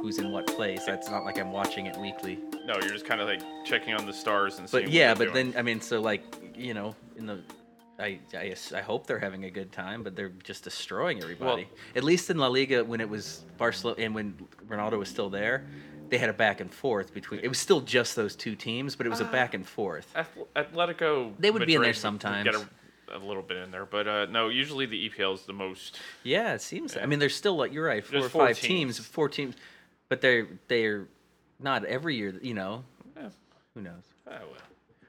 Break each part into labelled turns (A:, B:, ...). A: who's in what place. That's not like I'm watching it weekly.
B: No, you're just kind of like checking on the stars and.
A: But
B: seeing
A: yeah,
B: what they're
A: but
B: doing.
A: then I mean, so like you know, in the, I, I ass- I hope they're having a good time, but they're just destroying everybody. At least in La Liga, when it was Barcelona and when Ronaldo was still there, they had a back and forth between. It was still just those two teams, but it was a back and forth.
B: Ath- Atletico.
A: They would be in there
B: Madrid
A: sometimes.
B: Get a, a little bit in there, but uh, no. Usually the EPL is the most.
A: Yeah, it seems. that I mean, there's still like you're right, four
B: There's
A: or five
B: four
A: teams.
B: teams.
A: four teams, but they're they're not every year. You know,
B: Yeah,
A: who knows?
B: oh, well.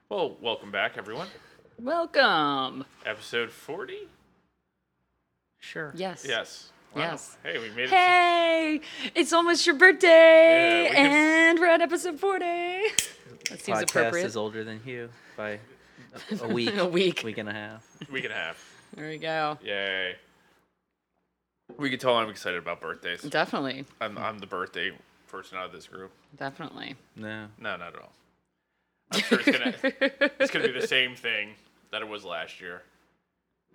B: well, welcome back, everyone.
C: Welcome.
B: Episode forty.
A: Sure.
C: Yes.
B: Yes.
C: Yes.
B: Hey, we made it. to-
C: Hey, it's almost your
B: Yeah,
C: birthday,
B: we can-
C: and we're at episode 40. That seems
A: Podcast
C: appropriate.
A: is older than Hugh by a, a week,
C: A week.
A: week and a half.
B: We can have.
C: There we go.
B: Yay. We can tell I'm excited about birthdays.
C: Definitely.
B: I'm, I'm the birthday person out of this group.
C: Definitely.
A: No.
B: No, not at all. I'm sure it's gonna it's gonna be the same thing that it was last year.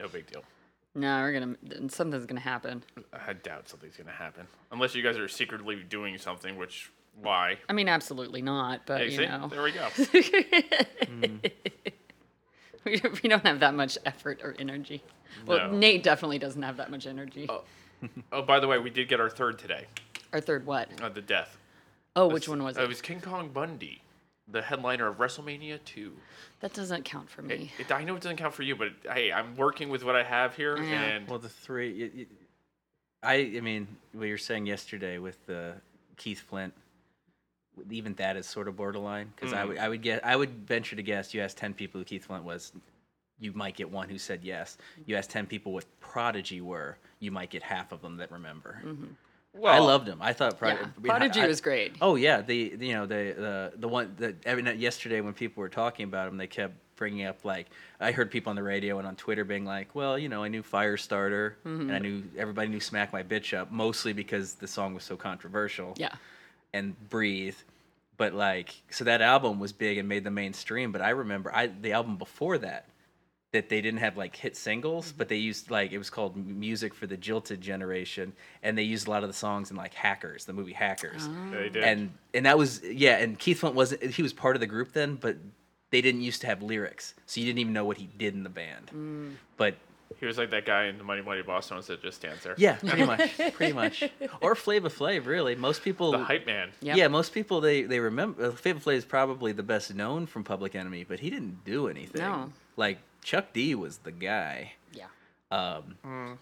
B: No big deal.
C: No, we're going to, something's going to happen.
B: I doubt something's gonna happen unless you guys are secretly doing something. Which why?
C: I mean, absolutely not, but
B: Hey,
C: you
B: see?
C: know,
B: There we go.
C: we, we don't have that much effort or energy. Well,
B: No.
C: Nate definitely doesn't have that much energy.
B: oh, by the way, we did get our third today.
C: Our third what?
B: Uh, the death.
C: Oh, which one was
B: Uh,
C: it?
B: It was King Kong Bundy, the headliner of WrestleMania Two.
C: That doesn't count for
B: It,
C: me.
B: it- I know it doesn't count for you, but hey, I'm working with what I have here,
C: Yeah.
B: and
A: Well, the three. y y I I I mean, what you were saying yesterday with uh, Keith Flint, even that is sort of borderline because I would I would get I would venture to guess you asked ten people who Keith Flint was, you might get one who said yes. You asked ten people what Prodigy were, you might get half of them that remember. I
B: Well,
A: loved him. I thought Prod-
C: Mm-hmm. Yeah,
A: I mean,
C: Prodigy
A: I-
C: was great.
A: Oh yeah, the the, you know the the the one that every night yesterday when people were talking about him, they kept bringing up like I heard people on the radio and on Twitter being like, well, you know, I knew Firestarter and I knew everybody knew Smack My Bitch Up mostly because the song was so controversial.
C: Yeah.
A: And Breathe. But like, so that album was big and made the mainstream. But I remember I the album before that that they didn't have like hit singles, but they used like it was called M- Music for the Jilted Generation, and they used a lot of the songs in like Hackers, the movie Hackers,
B: they did.
A: and and that was yeah, and Keith Flint wasn't he was part of the group then, but they didn't used to have lyrics, so you didn't even know what he did in the band.
C: Mm.
A: But
B: he was like that guy in the Money Money Boss Stones that just stands there.
A: yeah, pretty much, pretty much, or Flava Flav really. Most people
B: the hype man.
C: Yep.
A: Yeah, most people they they remember uh, Favorite Flay is probably the best known from Public Enemy, but he didn't do anything.
C: No.
A: Like Chuck D was the guy.
C: Yeah.
A: Um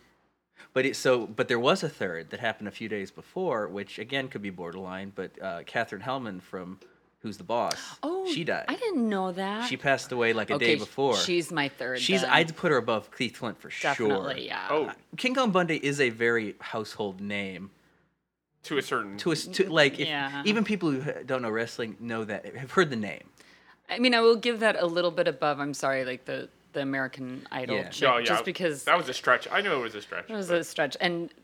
A: But it, so but there was a third that happened a few days before, which again could be borderline, but uh Katherine Hellman from Who's the Boss?
C: Oh,
A: she died.
C: I didn't know that.
A: She passed away like a day
C: sh-
A: before.
C: She's my third.
A: She's
C: then.
A: I'd put her above Keith Flint for
C: definitely
A: sure.
C: yeah.
B: Oh,
A: King Kong Bundy is a very household name.
B: to a certain.
A: To us, to like, if,
C: Mm, Yeah.
A: even people who don't know wrestling know that have heard the name.
C: I mean, I will give that a little bit above. I'm sorry, like the the American Idol
A: Yeah.
C: chick, just because
B: Oh, that was a stretch. I knew it was a stretch.
C: it was
B: but
C: a stretch. And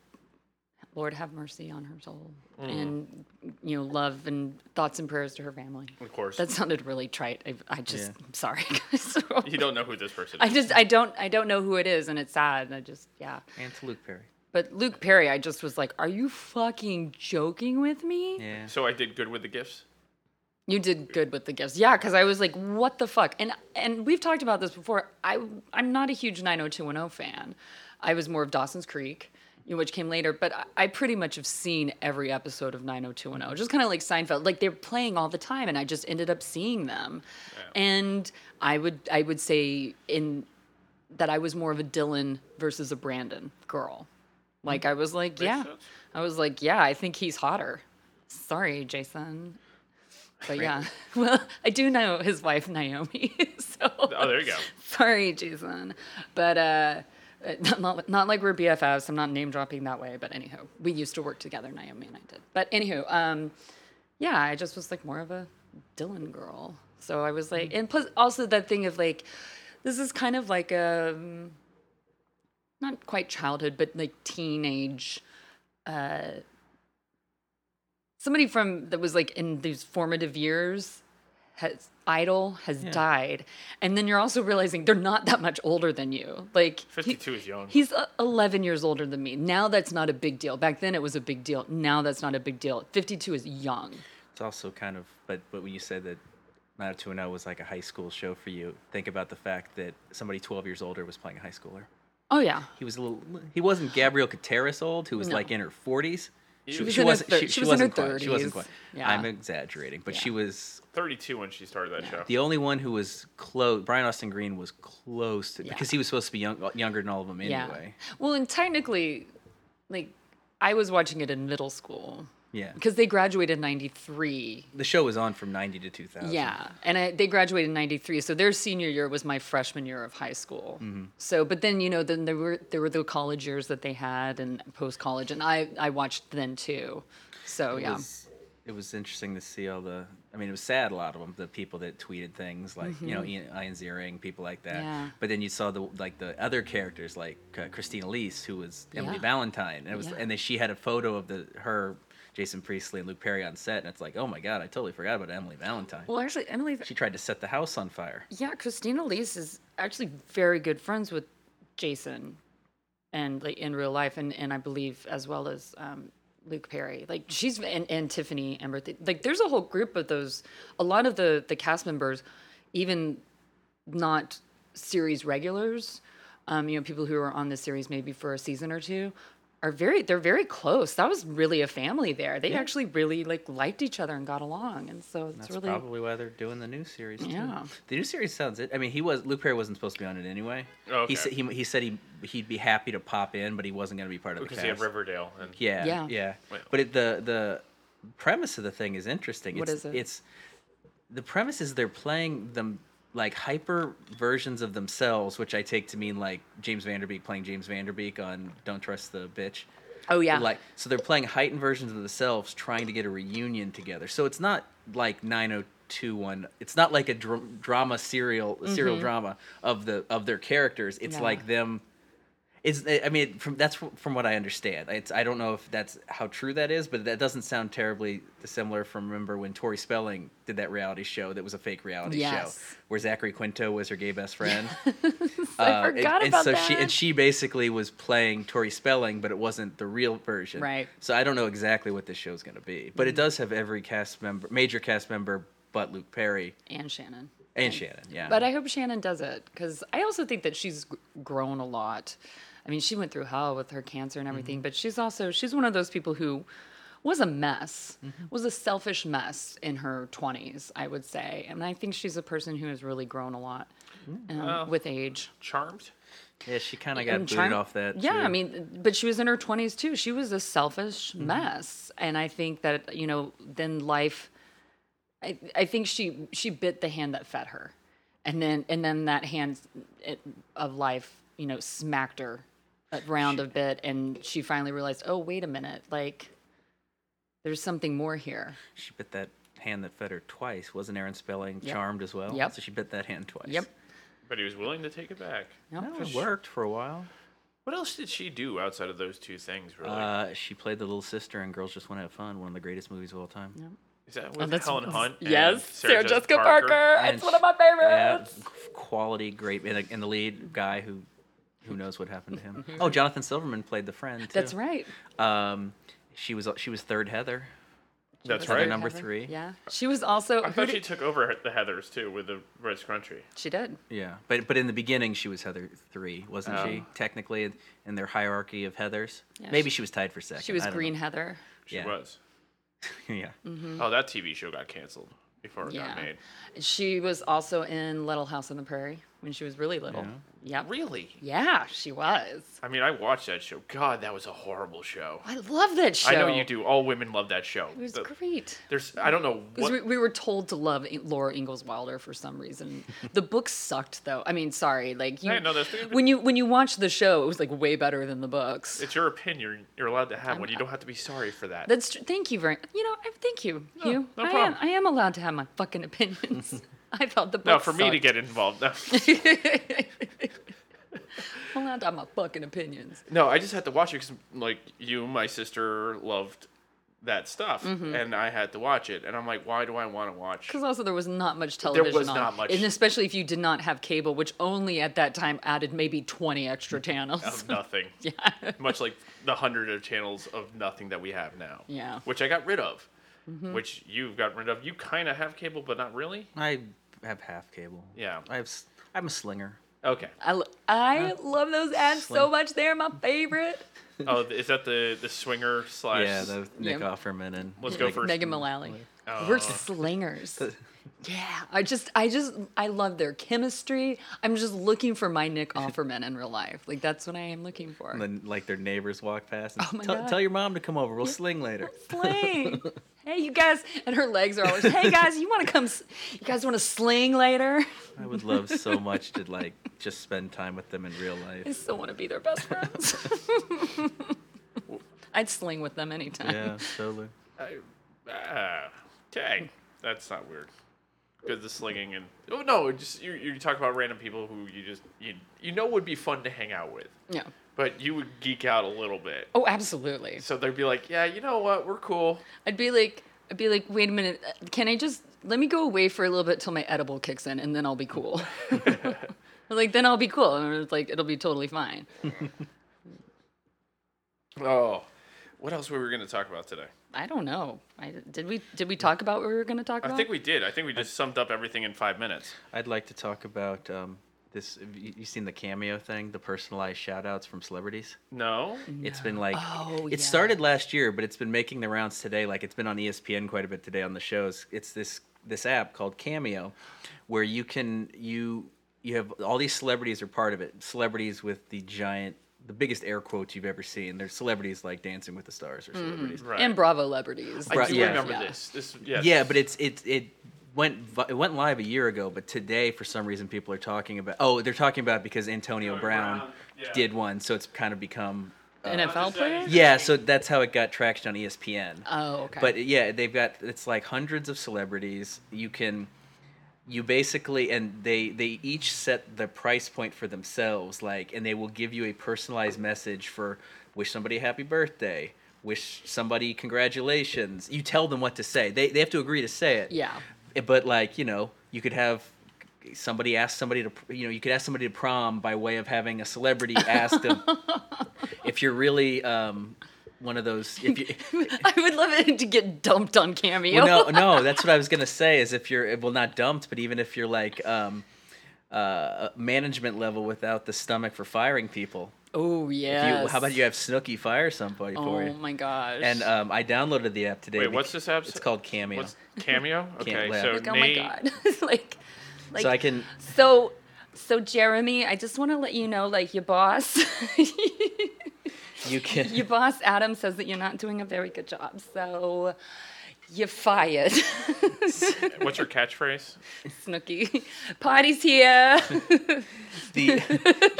C: Lord have mercy on her soul,
B: Mm.
C: and you know, love and thoughts and prayers to her family.
B: of course,
C: That sounded really trite. I, I just,
A: Yeah.
C: I'm sorry, guys.
B: you don't know who this person
C: I
B: is.
C: just, I don't, I don't know who it is, and it's sad. And I just, yeah.
A: And to Luke Perry.
C: But Luke Perry, I just was like, are you fucking joking with me?
A: Yeah.
B: So I did good with the gifts.
C: You did good with the gifts. Yeah, because I was like, what the fuck? And and we've talked about this before. I I'm not a huge 90210 fan. I was more of Dawson's Creek, you know, which came later, but I, I pretty much have seen every episode of 90210. Just kind of like Seinfeld. Like they're playing all the time and I just ended up seeing them. And I would I would say in that I was more of a Dylan versus a Brandon girl. Like I was like, yeah.
B: sense.
C: I was like, yeah, I think he's hotter. Sorry, Jason. But yeah, well, I do know his wife Naomi. So
B: Oh, there you go.
C: sorry, Jason. But uh, uh, not, not like we're BFFs. I'm not name dropping that way. But anywho, we used to work together, Naomi and I did. But anywho, um, yeah, I just was like more of a Dylan girl. So I was
B: Mm.
C: like, and plus also that thing of like, this is kind of like a um, not quite childhood, but like teenage. Uh, somebody from that was like in these formative years has idol has died, and then you're also realizing they're not that much older than you. Like he-
B: 52 is young.
C: He's uh, 11 years older than me. Now that's not a big deal. Back then it was a big deal. Now that's not a big deal. 52 is young.
A: It's also kind of, but but when you said that Not Two and O was like a high school show for you, think about the fact that somebody 12 years older was playing a high schooler.
C: Oh yeah.
A: He was a little. He wasn't Gabrielle Cateras old, who was
C: No.
A: like in her 40s.
B: She was
C: in her thir- she was in her
A: wasn't quite- She wasn't
C: 30s.
A: quite.
C: Yeah.
A: I'm exaggerating, but she was
B: 32 when she started that show.
A: the only one who was close. Brian Austin Green was close to, because he was supposed to be young, younger than all of them anyway.
C: Well, and technically, like I was watching it in middle school
A: Yeah.
C: because they graduated in 93.
A: the show was on from 90 to 2000.
C: Yeah. And I, they graduated in 93. So their senior year was my freshman year of high school.
A: Mm-hmm.
C: So, but then, you know, then there were, there were the college years that they had and post college. And I, I watched then too. So,
A: It
C: yeah.
A: was, it was interesting to see all the. I mean, it was sad. A lot of them, the people that tweeted things like you know Ian, Ian Ziering, people like that.
C: Mm-hmm. Yeah.
A: But then you saw the like the other characters like uh, Christina Lees, who was Emily
C: Yeah.
A: Valentine, and it was
C: Yeah.
A: and then she had a photo of the her Jason Priestley and Luke Perry on set, and it's like, oh my god, I totally forgot about Emily Valentine.
C: Well, actually, Emily,
A: she tried to set the house on fire.
C: yeah, Christina Lees is actually very good friends with Jason and like in real life. And, and I believe as well as, um, Luke Perry, like she's and, and Tiffany Ember, They- like there's a whole group of those. A lot of the the cast members, even not series regulars, um, you know, people who are on the series maybe for a season or two, are very they're very close. That was really a family there. They actually really like liked each other and got along, and so it's
A: That's
C: really
A: probably why they're doing the new series. too.
C: Yeah.
A: the new series sounds. it. I mean, he was Luke Perry wasn't supposed to be on it anyway.
B: Okay.
A: He said he, he said he he'd be happy to pop in, but he wasn't going to be part of
B: Because
A: the
B: they
A: cast.
B: have Riverdale. And
A: Yeah,
C: Yeah.
A: yeah.
B: Wait.
A: But it, the the premise of the thing is interesting.
C: What
A: it's,
C: is it?
A: It's the premise is they're playing them like hyper versions of themselves, which I take to mean like James Vanderbeek playing James Vanderbeek on Don't Trust the Bitch.
C: oh yeah,
A: Like so they're playing heightened versions of themselves trying to get a reunion together. So it's not like 90210. It's not like a dr- drama serial serial drama of the of their characters. It's
C: Mm-hmm. Yeah.
A: like them it's I mean from that's from what I understand. It's I don't know if that's how true that is, but that doesn't sound terribly dissimilar from remember when Tori Spelling did that reality show that was a fake reality
C: Yes.
A: show where Zachary Quinto was her gay best friend.
C: I
A: Uh, and-
C: forgot
A: and,
C: about
A: so
C: that.
A: she and she basically was playing Tori Spelling, but it wasn't the real version.
C: Right. Mm.
A: So I don't know exactly what this show's going to be, but it does have every cast member, major cast member, but Luke Perry
C: and Shannon.
A: and Shannon. Yeah.
C: But I hope Shannon does it because I also think that she's g- grown a lot. I mean, she went through hell with her cancer and everything, but she's also she's one of those people who was a mess, was a selfish mess in her twenties, I would say, and I think she's a person who has really grown a lot um, with age.
B: Charmed?
A: yeah, she kind of got
C: and
A: booted
C: trying-
A: off that.
C: Yeah, I
A: too. Mm-hmm.
C: mean, but she was in her 20s too. She was a selfish mess, and I think that you know, then life. I I think she she bit the hand that fed her, and then and then that hand it, of life, you know, smacked her around a bit, and she finally realized, oh wait a minute, like there's something more here.
A: she bit that hand that fed her twice. Wasn't Aaron Spelling
C: Yep.
A: charmed as well?
C: Yep.
A: So she bit that hand twice.
C: Yep.
B: But he was willing to take it back.
C: Yep.
A: No, it worked for a while.
B: What else did she do outside of those two things, really?
A: Uh, she played the little sister in Girls Just Want to Have Fun, one of the greatest movies of all time.
B: Is that
C: Oh,
B: with
C: that's-
B: Helen Hunt? and
C: Yes, Sarah, Jessica Parker.
A: And
C: It's one of my
A: sh- yeah,
C: favorites.
A: qu- quality, great, and, the- and the lead guy who, who knows what happened to him. oh, Jonathan Silverman played the friend. Too.
C: That's right.
A: Um, she was she was third Heather.
B: That's
A: Heather
B: right.
A: number
C: Heather.
A: three.
C: Yeah, she was also.
B: I
C: who
B: thought
C: did-
B: she took over the Heathers, too, with the Red Scrunchy.
C: she did.
A: Yeah, but but in the beginning she was Heather three, wasn't she?
B: Oh.
A: Technically, in, in their hierarchy of Heathers,
C: Yeah,
A: maybe
C: she-
A: she, was tied for second.
C: She was
A: I don't know.
C: Green Mm-hmm. Heather.
B: She
A: Yeah.
B: was.
A: yeah,
B: Oh, that TV show got canceled before it got made.
C: She was also in Little House on the Prairie when she was really little. Yeah. Yep.
B: Really?
C: Yeah, she was.
B: I mean, I watched that show. God, that was a horrible show.
C: I love that show.
B: I know you do. All women love that show.
C: It was
B: The-
C: great.
B: There's, I don't know
C: Because
B: what.
C: we, we were told to love I- Laura Ingalls Wilder for some reason. the book sucked though. I mean, sorry. Like you,
B: Hey, no, that's good.
C: when you when you watch the show, it was like way better than the books.
B: it's your opinion. You're allowed to have one. You don't have to be sorry for that.
C: That's tr- thank you very. You know, I, thank you, Hugh.
B: no
C: I am
B: problem.
C: I am allowed to have my fucking opinions. I felt the book.
B: No, for me to
C: sucked.
B: get involved. No.
C: I'm allowed to have my fucking opinions.
B: No, I just had to watch it because, like, you, my sister loved that stuff, and I had to watch it. And I'm like, why do I want to watch?
C: Because also there was not much television.
B: was
C: on,
B: not much.
C: and especially if you did not have cable, which only at that time added maybe twenty extra channels.
B: of nothing. yeah. Much like the hundred of channels of nothing that we have now.
C: Yeah.
B: Which I got rid of. Which you've gotten rid of. You kind of have cable, but not really.
A: I have half cable.
B: Yeah.
A: I have. s- I'm a slinger.
B: Okay.
C: I, lo- I
B: uh,
C: love those ads so
A: Sling.
C: much. They're my favorite.
B: Oh, is that the the swinger slash?
A: Yeah, the Nick
C: Yeah.
A: Offerman and
B: Let's go Oh.
A: like,
B: first.
C: Megan Mullally. We're slingers. yeah, I just, I just, I love their chemistry. I'm just looking for my Nick Offerman in real life. Like that's what I am looking for.
A: And then like their neighbors walk past. And
C: Oh my
A: tell,
C: God.
A: tell your mom to come over. We'll sling later.
C: sling. hey, you guys. And her legs are always, hey, guys, you want to come, s- you guys want to sling later?
A: I would love so much to like just spend time with them in real
C: I
A: life.
C: still want to be their best friends. I'd sling with them anytime.
A: Yeah, totally.
B: Ah, dang, that's not weird. Because the slinging and oh no, it just you, you talk about random people who you just you you know would be fun to hang out with,
C: Yeah.
B: but you would geek out a little bit.
C: Oh, absolutely.
B: So they'd be like, yeah, you know what, we're cool.
C: I'd be like, I'd be like, wait a minute, uh, can I just let me go away for a little bit till my edible kicks in, and then I'll be cool. like then I'll be cool, and it's like it'll be totally fine.
B: Oh, what else were we gonna talk about today?
C: I don't know. I, did we did we talk about what we were going to talk
B: I
C: about?
B: think we did. I think we just summed up everything in five minutes.
A: I'd like to talk about um, this. have You you seen the cameo thing, the personalized shout outs from celebrities.
B: No,
A: It's been like
C: Oh,
A: it
C: yeah.
A: started last year, but it's been making the rounds today. Like it's been on E ESPN quite a bit today on the shows. It's this this app called Cameo, where you can you you have all these celebrities are part of it. Celebrities with the giant, the biggest air quotes you've ever seen. There's celebrities like Dancing with the Stars or
C: Mm-hmm.
A: celebrities.
B: right.
C: and Bravo celebrities.
B: I
A: Right,
B: do
A: yeah.
B: remember
C: Yeah.
B: this. This yes.
A: Yeah, but it's it it went vi- it went live a year ago, but today for some reason people are talking about. Oh, they're talking about it because Antonio
B: Antonio
A: Brown,
B: Brown, yeah.
A: did one, so it's kind of become.
B: Uh,
C: NFL player.
A: Yeah, so that's how it got traction on E ESPN.
C: Oh, okay.
A: But yeah, they've got it's like hundreds of celebrities. You can you basically and they they each set the price point for themselves like and they will give you a personalized message for wish somebody a happy birthday, wish somebody congratulations. You tell them what to say. They they have to agree to say it.
C: Yeah.
A: Eh, But like, you know, you could have somebody ask somebody to pr- you know, you could ask somebody to prom by way of having a celebrity ask them if you're really um one of those if you
C: I would love it to get dumped on Cameo.
A: well, no, no, that's what I was gonna say. Is if you're well, not dumped, but even if you're like um, uh, management level without the stomach for firing people,
C: oh
A: if
C: yeah.
A: you, how about you have Snooki fire somebody for
C: Oh
A: you?
C: my gosh.
A: And um, I downloaded the app today.
B: Wait,
A: bec-
B: what's this app?
A: It's called Cameo,
B: What's cameo? Okay,
A: laugh.
B: so
A: Like,
C: like, oh my
B: Nate-
C: god. like, like
A: so I can.
C: So, so Jeremy, I just want to let you know, like your boss,
A: You can.
C: your boss Adam says that you're not doing a very good job. So, you're fired,
B: What's your catchphrase?
C: Snooky. Party's here.
A: the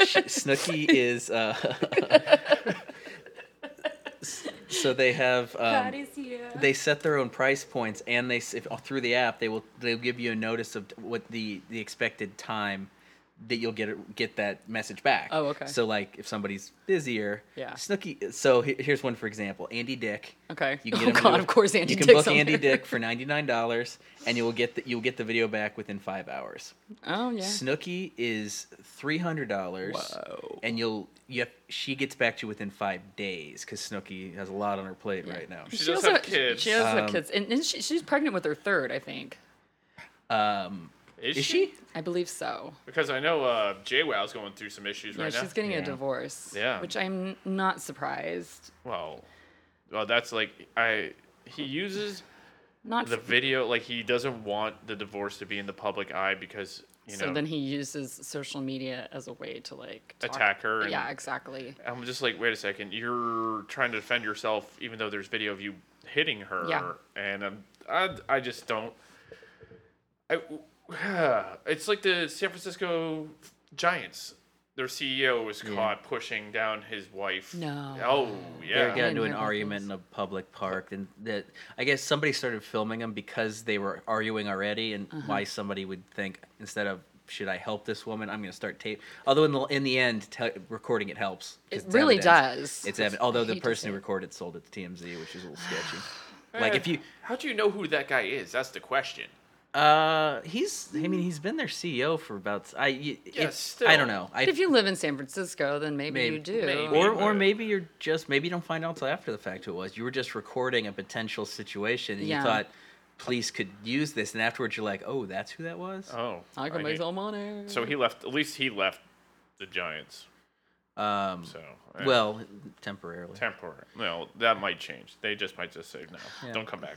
A: Sh- Snooki is. Uh, s- so they have. Um,
C: Party's here.
A: they set their own price points and they s- if, uh, through the app they will they'll give you a notice of what the the expected time that you'll get it- get that message back.
C: Oh, okay.
A: So like if somebody's busier,
C: Yeah.
A: Snooki. So he- here's one for example, Andy Dick.
C: okay.
A: You can
C: oh
A: get him
C: God,
A: into-
C: of course, Andy.
A: You can
C: Dick's
A: book
C: on
A: Andy
C: there.
A: Dick for ninety nine dollars, and you will get the, you'll get the video back within five hours.
C: Oh yeah.
A: Snooki is three hundred dollars.
C: Whoa.
A: And you'll you have, she gets back to you within five days because Snooki has a lot on her plate right now.
B: She does have kids.
C: She does have
A: Um,
C: kids, and, and she, she's pregnant with her third, I think.
A: Um,
B: Is,
A: is she?
C: I believe so.
B: Because I know uh, JWoww's going through some issues
C: Yeah,
B: right now.
C: she's getting a
A: Yeah.
C: divorce.
B: Yeah.
C: Which I'm not surprised.
B: Well, well, that's like I. He uses
C: Not
B: the video like he doesn't want the divorce to be in the public eye because you
C: so
B: know.
C: then he uses social media as a way to like talk-
B: Attack her and-
C: yeah, exactly.
B: I'm just like, wait a second, you're trying to defend yourself even though there's video of you hitting her,
C: Yeah.
B: and um, I, I just don't. I, it's like the San Francisco Giants. Their CEO was caught pushing down his wife.
C: No.
B: Oh
A: They
B: yeah.
A: got
C: didn't
A: into an
C: hear about
A: argument
C: this.
A: in a public park, and that I guess somebody started filming them because they were arguing already, and
C: Uh-huh.
A: why somebody would think instead of should I help this woman, I'm going to start tape. Although in the in the end, te- recording it helps. 'cause
C: It
A: it's
C: really
A: evidence.
C: does.
A: It's evident. Although the
C: hate to
A: person
C: say
A: who
C: it.
A: recorded sold it to TMZ, which is a little sketchy. Like
B: Eh,
A: if you,
B: how do you know who that guy is? That's the question.
A: uh, he's. I mean, he's been their CEO for about. I. y- it's- I
B: still.
A: don't know. I
C: if you live in San Francisco, then maybe,
A: Maybe.
C: you do.
B: Maybe.
A: or or
B: but-
A: maybe you're just maybe you don't find out till after the fact who it was. You were just recording a potential situation and
C: Yeah.
A: you thought police could use this, and afterwards you're like, oh, that's who that was.
B: Oh,
C: I can
B: I
C: make
B: knew-
C: some money.
B: So he left. At least he left the Giants.
A: um,
B: So eh,
A: well, temporarily.
B: temporary. No, that might change. They just might just say no. Don't come back.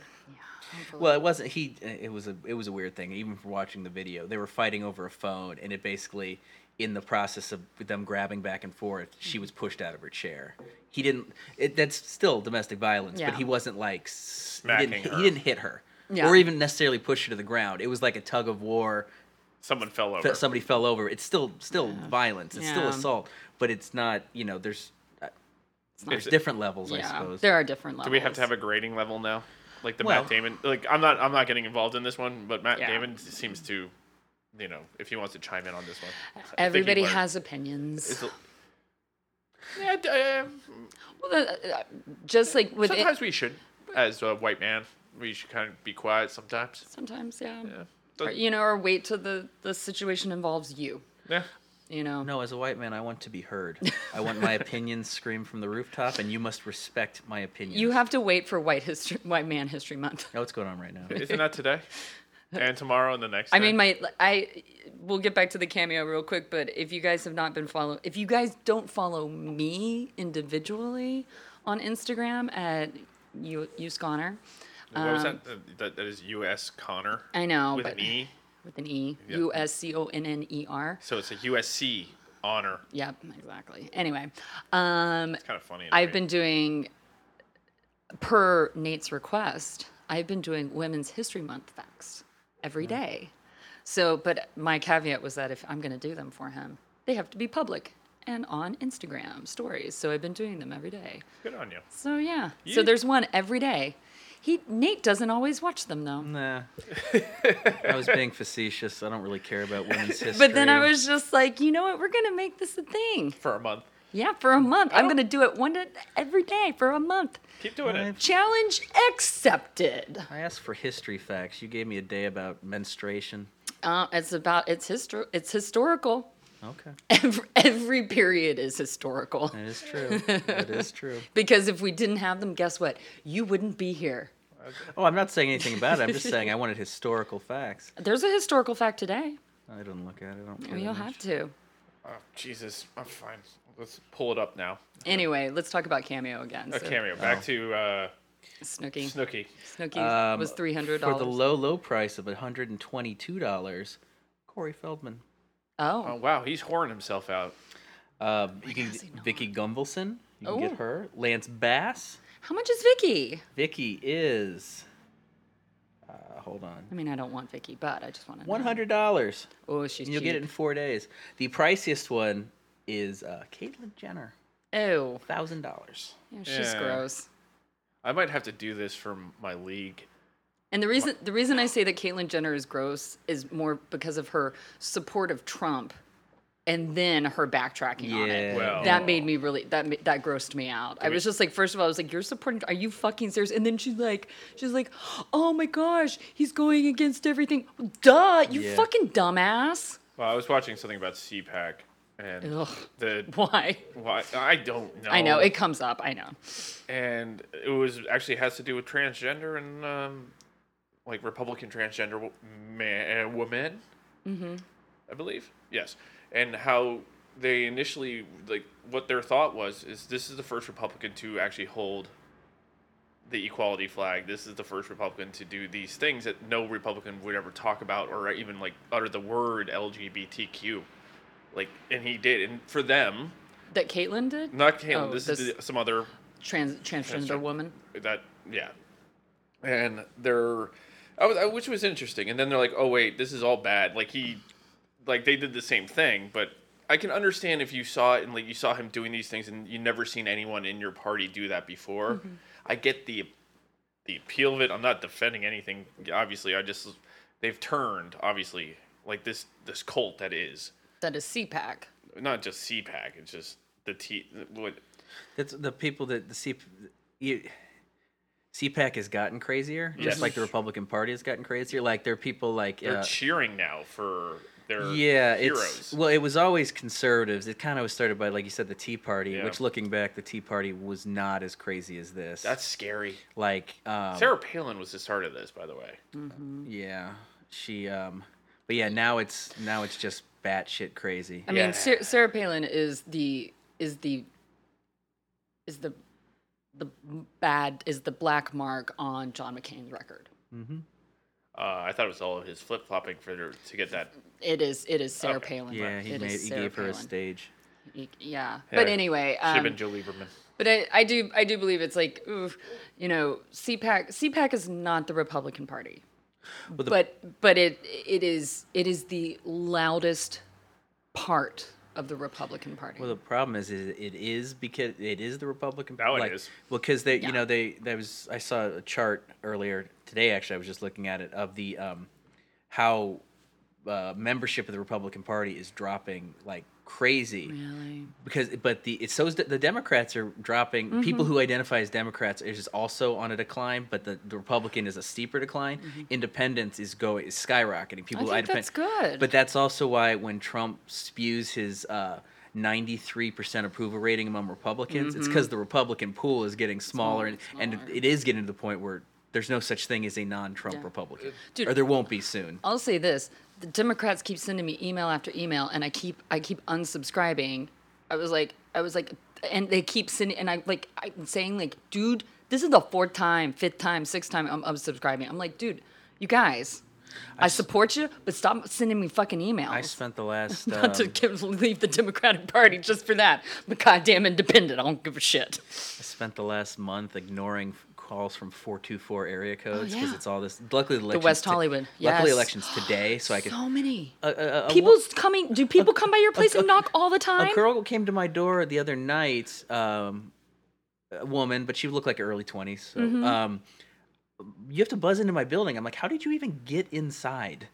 A: well, it wasn't he. It was a it was a weird thing. Even from watching the video, they were fighting over a phone, and it basically, in the process of them grabbing back and forth, she was pushed out of her chair. He didn't. It, that's still domestic violence,
C: Yeah.
A: but he wasn't like s- he didn't,
B: Smacking her.
A: he didn't hit her
C: Yeah.
A: or even necessarily push her to the ground. It was like a tug of war.
B: Someone fell
A: fe-
B: over.
A: somebody fell over. It's still still violence. It's still
C: Yeah.
A: assault, but it's not. You know, there's uh, there's
B: It's-
A: different levels, I
C: yeah,
A: suppose.
C: there are different levels.
B: Do we have to have a grading level now? Like the
A: Well-
B: Matt Damon. Like I'm not. I'm not getting involved in this one, but Matt
C: Yeah.
B: Damon seems to, you know, if he wants to chime in on this one. I think he
C: Everybody
B: learned.
C: has opinions.
B: It's a- yeah, d- uh,
C: Well, the- uh, just like with
B: sometimes
C: it,
B: we should, as a white man, we should kind of be quiet sometimes.
C: sometimes, yeah.
B: Yeah.
C: Or,
B: But-
C: you know, or wait till the the situation involves you.
B: yeah.
C: You know.
A: No, as a white man, I want to be heard. I want my opinions screamed from the rooftop, and you must respect my opinions.
C: You have to wait for White History, White Man History Month.
A: know what's going on right now.
B: Isn't that today? And tomorrow and the next.
C: I
B: day?
C: mean, my I we'll get back to the cameo real quick, but if you guys have not been follow, if you guys don't follow me individually on Instagram at you Sconner,
B: What was that? That- That, that is U.S. Connor.
C: um, I know,
B: With
C: but
B: an E.
C: with an E,
B: Yeah.
C: U S C O N N E R.
B: So it's a USC honor.
C: Yep, exactly. Anyway, um,
B: It's kind of funny. in a
C: I've
B: way.
C: been doing per Nate's request. I've been doing Women's History Month facts every day. So, but my caveat was that if I'm going to do them for him, they have to be public and on Instagram stories. So I've been doing them every day.
B: Good on you.
C: So yeah. So
B: Yeet.
C: there's one every day. He Nate doesn't always watch them though.
A: Nah. I was being facetious. I don't really care about women's history.
C: But then I was just like, you know what? We're going to make this a thing.
B: For a month.
C: Yeah, for a month. I'm
B: don't-
C: going to do it one day, every day for a month.
B: Keep doing it.
A: I've-
C: Challenge accepted.
A: I asked for history facts. You gave me a day about menstruation.
C: Uh, it's about it's histor- it's historical.
A: Okay.
C: Every, every period is historical
A: That is true. That is true.
C: because if we didn't have them, guess what? You wouldn't be here.
A: Oh, I'm not saying anything about it. I'm just saying I wanted historical facts.
C: There's a historical fact today.
A: I didn't look at it. I don't care
C: Well,
A: that
C: you'll
A: much.
C: have to.
B: Oh, Jesus. I'm fine. Let's pull it up now.
C: Anyway, let's talk about cameo again.
B: A
C: So,
B: cameo. Back to uh,
C: Snooki.
B: Snooki.
C: Snooki
A: Um,
C: was three hundred
A: For the
C: dollars.
A: low, low price of $122, Corey Feldman.
B: Oh,
C: Oh,
B: wow. He's whoring himself out.
A: Uh, you can Vicky Gumbelson. You can
C: Oh.
A: get her. Lance Bass.
C: how much is Vicky?
A: Vicky is. Uh, hold on.
C: I mean, I don't want Vicky, but I just want to.
A: One hundred dollars.
C: Oh, she's.
A: You'll get it in four days. The priciest one is uh, Caitlyn Jenner.
C: Oh,
A: Thousand dollars.
C: she's
B: Yeah.
C: gross.
B: I might have to do this for m- my league.
C: And the reason the reason I say that Caitlyn Jenner is gross is more because of her support of Trump, and then her backtracking on it.
A: Yeah.
B: Well,
C: That made me really that ma- that grossed me out. I was just like, first of all, I was like, "You're supporting? Are you fucking serious?" And then she's like, she's like, "Oh my gosh, he's going against everything." Duh, you
A: Yeah.
C: fucking dumbass.
B: Well, I was watching something about CPAC and
C: Ugh.
B: the.
C: Why?
B: Why, I don't know.
C: I know it comes up. I know.
B: and it was actually has to do with transgender and um, like Republican transgender wo- man, uh, woman, mm-hmm. I believe. Yes, and how they initially like what their thought was is this is the first Republican to actually hold the equality flag. This is the first Republican to do these things that no Republican would ever talk about or even like utter the word LGBTQ. Like, and he did, and for them,
C: That Caitlyn did
B: not Caitlyn.
C: Oh,
B: this, is
C: this-
B: the, some other
C: trans transgender
B: right.
C: woman.
B: that yeah and they're I was, I- which was interesting and then they're like oh wait this is all bad like he like they did the same thing but i can understand if you saw it and like you saw him doing these things and you never seen anyone in your party do that before i get the the appeal of it i'm not defending anything obviously i just they've turned obviously like this this cult that is
C: That is CPAC.
B: not just cpac it's just the t what
A: That's the people that the C. You, CPAC has gotten crazier, just
B: Yes.
A: like the Republican Party has gotten crazier. Like there are people like
B: They're
A: uh,
B: cheering now for their
A: yeah,
B: heroes.
A: it's well, it was always conservatives. It kind of was started by like you said, the Tea Party,
B: Yeah.
A: which looking back, the Tea Party was not as crazy as this.
B: That's scary.
A: like um,
B: Sarah Palin was the start of this, by the way.
A: yeah, she um, but yeah, now it's now it's just batshit crazy.
C: I
B: Yeah.
C: mean, Sarah, Sarah Palin is the is the is the the bad is the black mark on John McCain's record.
B: Uh, I thought it was all of his flip flopping for their, to get that.
C: It is it is Sarah
B: Okay.
C: Palin.
A: yeah, he
C: It
A: made
C: is
A: he
C: Sarah
A: gave her a
C: Palin.
A: stage.
C: Y- Yeah. But
B: Yeah.
C: anyway,
B: Should have
C: um,
B: been Joe Lieberman.
C: but I, I do I do believe it's like, oof, you know, CPAC CPAC is not the Republican Party,
A: the-
C: but but it it is it is the loudest part of the Republican Party.
A: Well, the problem is, is it is because it is the Republican.
B: Now it
A: like,
B: is.
A: Well, because they,
C: Yeah.
A: you know, they that was I saw a chart earlier today. Actually, I was just looking at it of the um, how uh, membership of the Republican Party is dropping like crazy
C: really.
A: because but the it's so the Democrats are dropping.
C: Mm-hmm.
A: People who identify as Democrats is also on a decline, but the, the Republican is a steeper decline. Independence is going is skyrocketing. People who
C: Mm-hmm. think
A: idepend-
C: that's good.
A: But that's also why when Trump spews his uh, 93% approval rating among Republicans, it's because the Republican pool is getting smaller,
C: Mm-hmm. Smaller,
A: and,
C: smaller.
A: and it is getting to the point where there's no such thing as a non-Trump
C: Yeah. Uh,
A: Republican,
C: Dude-
A: or there won't be soon.
C: I'll say this: the Democrats keep sending me email after email, and I keep I keep unsubscribing. I was like, I was like, and they keep sending, and I like I'm saying like, dude, this is the fourth time, fifth time, sixth time I'm unsubscribing. I'm like, dude, you guys, I, support you, but stop sending me fucking emails.
A: I spent the last
C: not to
A: um,
C: give, leave the Democratic Party just for that. But goddamn independent, I don't give a shit.
A: I spent the last month ignoring f- calls from 424 area codes because
C: Oh, yeah.
A: it's all this. Luckily, the elections
C: West
A: to-
C: Hollywood,
A: Luckily,
C: yes.
A: elections today, so I could. Uh,
C: So many.
A: a- a- a- a-
C: People's coming. Do people come by your place and knock all the time?
A: A girl came to my door the other night, um, a woman, but she looked like early 20s. So,
C: Mm-hmm.
A: um, you have to buzz into my building. I'm like, how did you even get inside?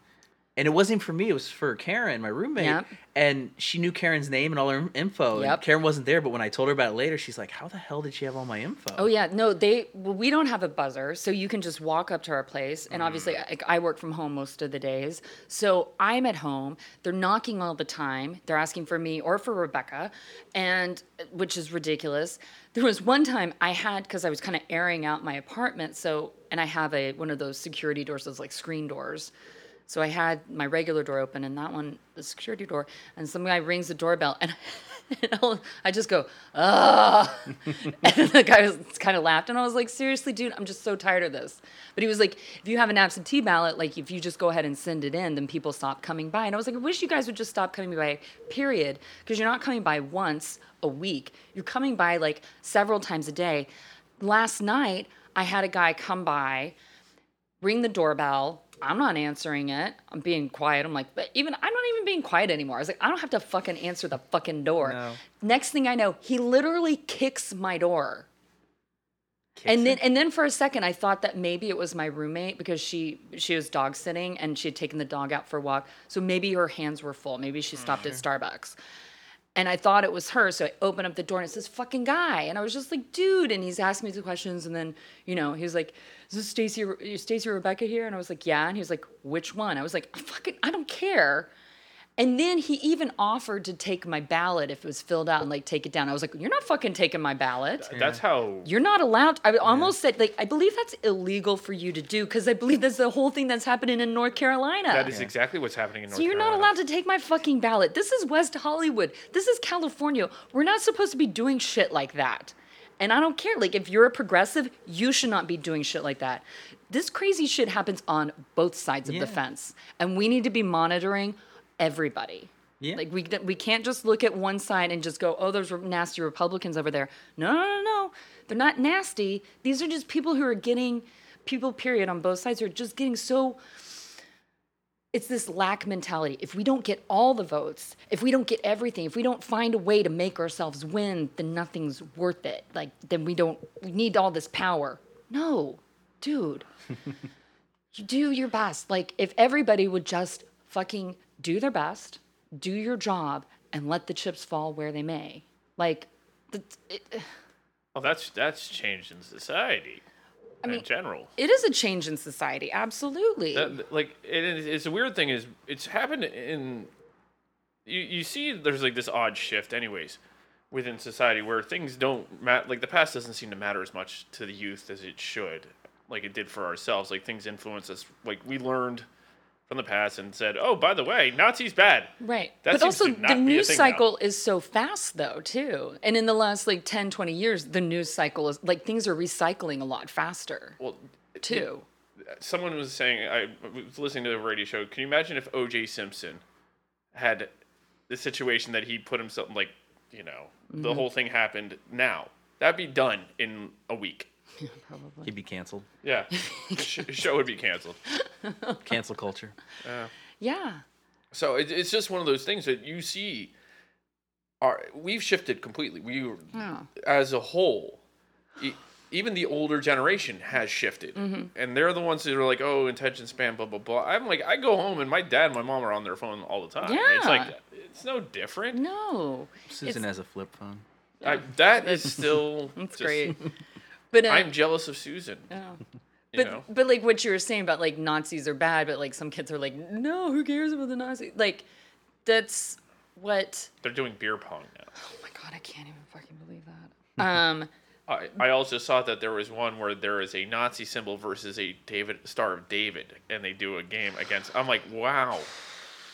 A: And it wasn't for me, it was for Karen, my roommate.
C: Yep.
A: And she knew Karen's name and all her info. And
C: Yep.
A: Karen wasn't there, but when I told her about it later, she's like, how the hell did she have all my info?
C: Oh yeah, no, they well, we don't have a buzzer, so you can just walk up to our place. And obviously, I, I work from home most of the days, so I'm at home. They're knocking all the time. They're asking for me or for Rebecca, and which is ridiculous. There was one time I had because I was kind of airing out my apartment, so and I have a one of those security doors, those like screen doors. So I had my regular door open and that one, the security door, and some guy rings the doorbell, and, and I'll- I just go, ugh. and the guy was kind of laughed, and I was like, seriously, dude, I'm just so tired of this. But he was like, if you have an absentee ballot, like if you just go ahead and send it in, then people stop coming by. And I was like, I wish you guys would just stop coming by, period, because you're not coming by once a week. You're coming by like several times a day. Last night, I had a guy come by ring the doorbell. I'm not answering it. I'm being quiet. I'm like, but even I'm not even being quiet anymore. I was like, I don't have to fucking answer the fucking door.
A: No.
C: Next thing I know, he literally kicks my door.
A: Kicks
C: and then
A: it.
C: and then for a second I thought that maybe it was my roommate because she she was dog sitting and she had taken the dog out for a walk. So maybe her hands were full. Maybe she stopped at Starbucks. And I thought it was her. So I opened up the door and it's this fucking guy. And I was just like, dude. And he's asking me the questions. And then, you know, he was like, is this Stacy, is Stacy Rebecca here? And I was like, yeah. And he was like, which one? I was like, fucking, I don't care. And then he even offered to take my ballot if it was filled out and like take it down. I was like, you're not fucking taking my ballot.
B: That's how.
C: You're not allowed. I almost said, like, I believe that's illegal for you to do because I believe that's the whole thing that's happening in North Carolina.
B: That is exactly what's happening in North
C: so you're not
B: Carolina.
C: allowed to take my fucking ballot. This is West Hollywood. This is California. We're not supposed to be doing shit like that. And I don't care. Like, if you're a progressive, you should not be doing shit like that. This crazy shit happens on both sides of
A: Yeah.
C: the fence. And we need to be monitoring everybody.
A: Yeah.
C: Like we we can't just look at one side and just go, oh, those re- nasty Republicans over there. No, no, no, no. They're not nasty. These are just people who are getting people. Period. On both sides are just getting so. It's this lack mentality. If we don't get all the votes, if we don't get everything, if we don't find a way to make ourselves win, then nothing's worth it. Like then we don't we need all this power. No, dude you do your best. Like if everybody would just fucking do their best, do your job, and let the chips fall where they may. Like, th- it,
B: Oh, Well, that's that's changed in society. in
C: mean,
B: general.
C: It is a change in society, absolutely.
B: That, Uh, like it is, it's a weird thing is it's happened in you you see there's like this odd shift anyways within society where things don't matter like the past doesn't seem to matter as much to the youth as it should like it did for ourselves like things influence us like we learned from the past and said oh by the way Nazis bad
C: Right.
B: That
C: but
B: seems
C: also,
B: to not
C: the
B: be a
C: news
B: thing now.
C: cycle is so fast, though, too. And in the last like 10, 20 years, the news cycle is like things are recycling a lot faster,
B: well
C: too.
B: someone was saying I was listening to a radio show. Can you imagine if O.J. Simpson had the situation that he put himself like you know the whole thing happened now that'd be done in a week.
C: Probably.
A: He'd be canceled.
B: Yeah, the sh- show would be canceled.
A: Cancel culture.
C: Yeah.
B: So it, it's just one of those things that you see. Are we've shifted completely? We
C: Yeah.
B: as a whole, e- even the older generation has shifted,
C: Mm-hmm.
B: and they're the ones that are like, "Oh, attention span, blah blah blah." I'm like, I go home and my dad and my mom are on their phone all the time. It's like it's no different.
C: No.
A: Susan has a flip phone.
B: I, that is still.
C: That's
B: just-
C: great. But uh,
B: I'm jealous of Susan.
C: yeah.
B: You
C: But,
B: know,
C: but like what you were saying about like Nazis are bad, but like some kids are like, no, who cares about the Nazis? Like, that's what.
B: they're doing beer pong now.
C: Oh my god, I can't even fucking believe that. Um,
B: I, I also saw that there was one where there is a Nazi symbol versus a David Star of David, and they do a game against. I'm like, wow.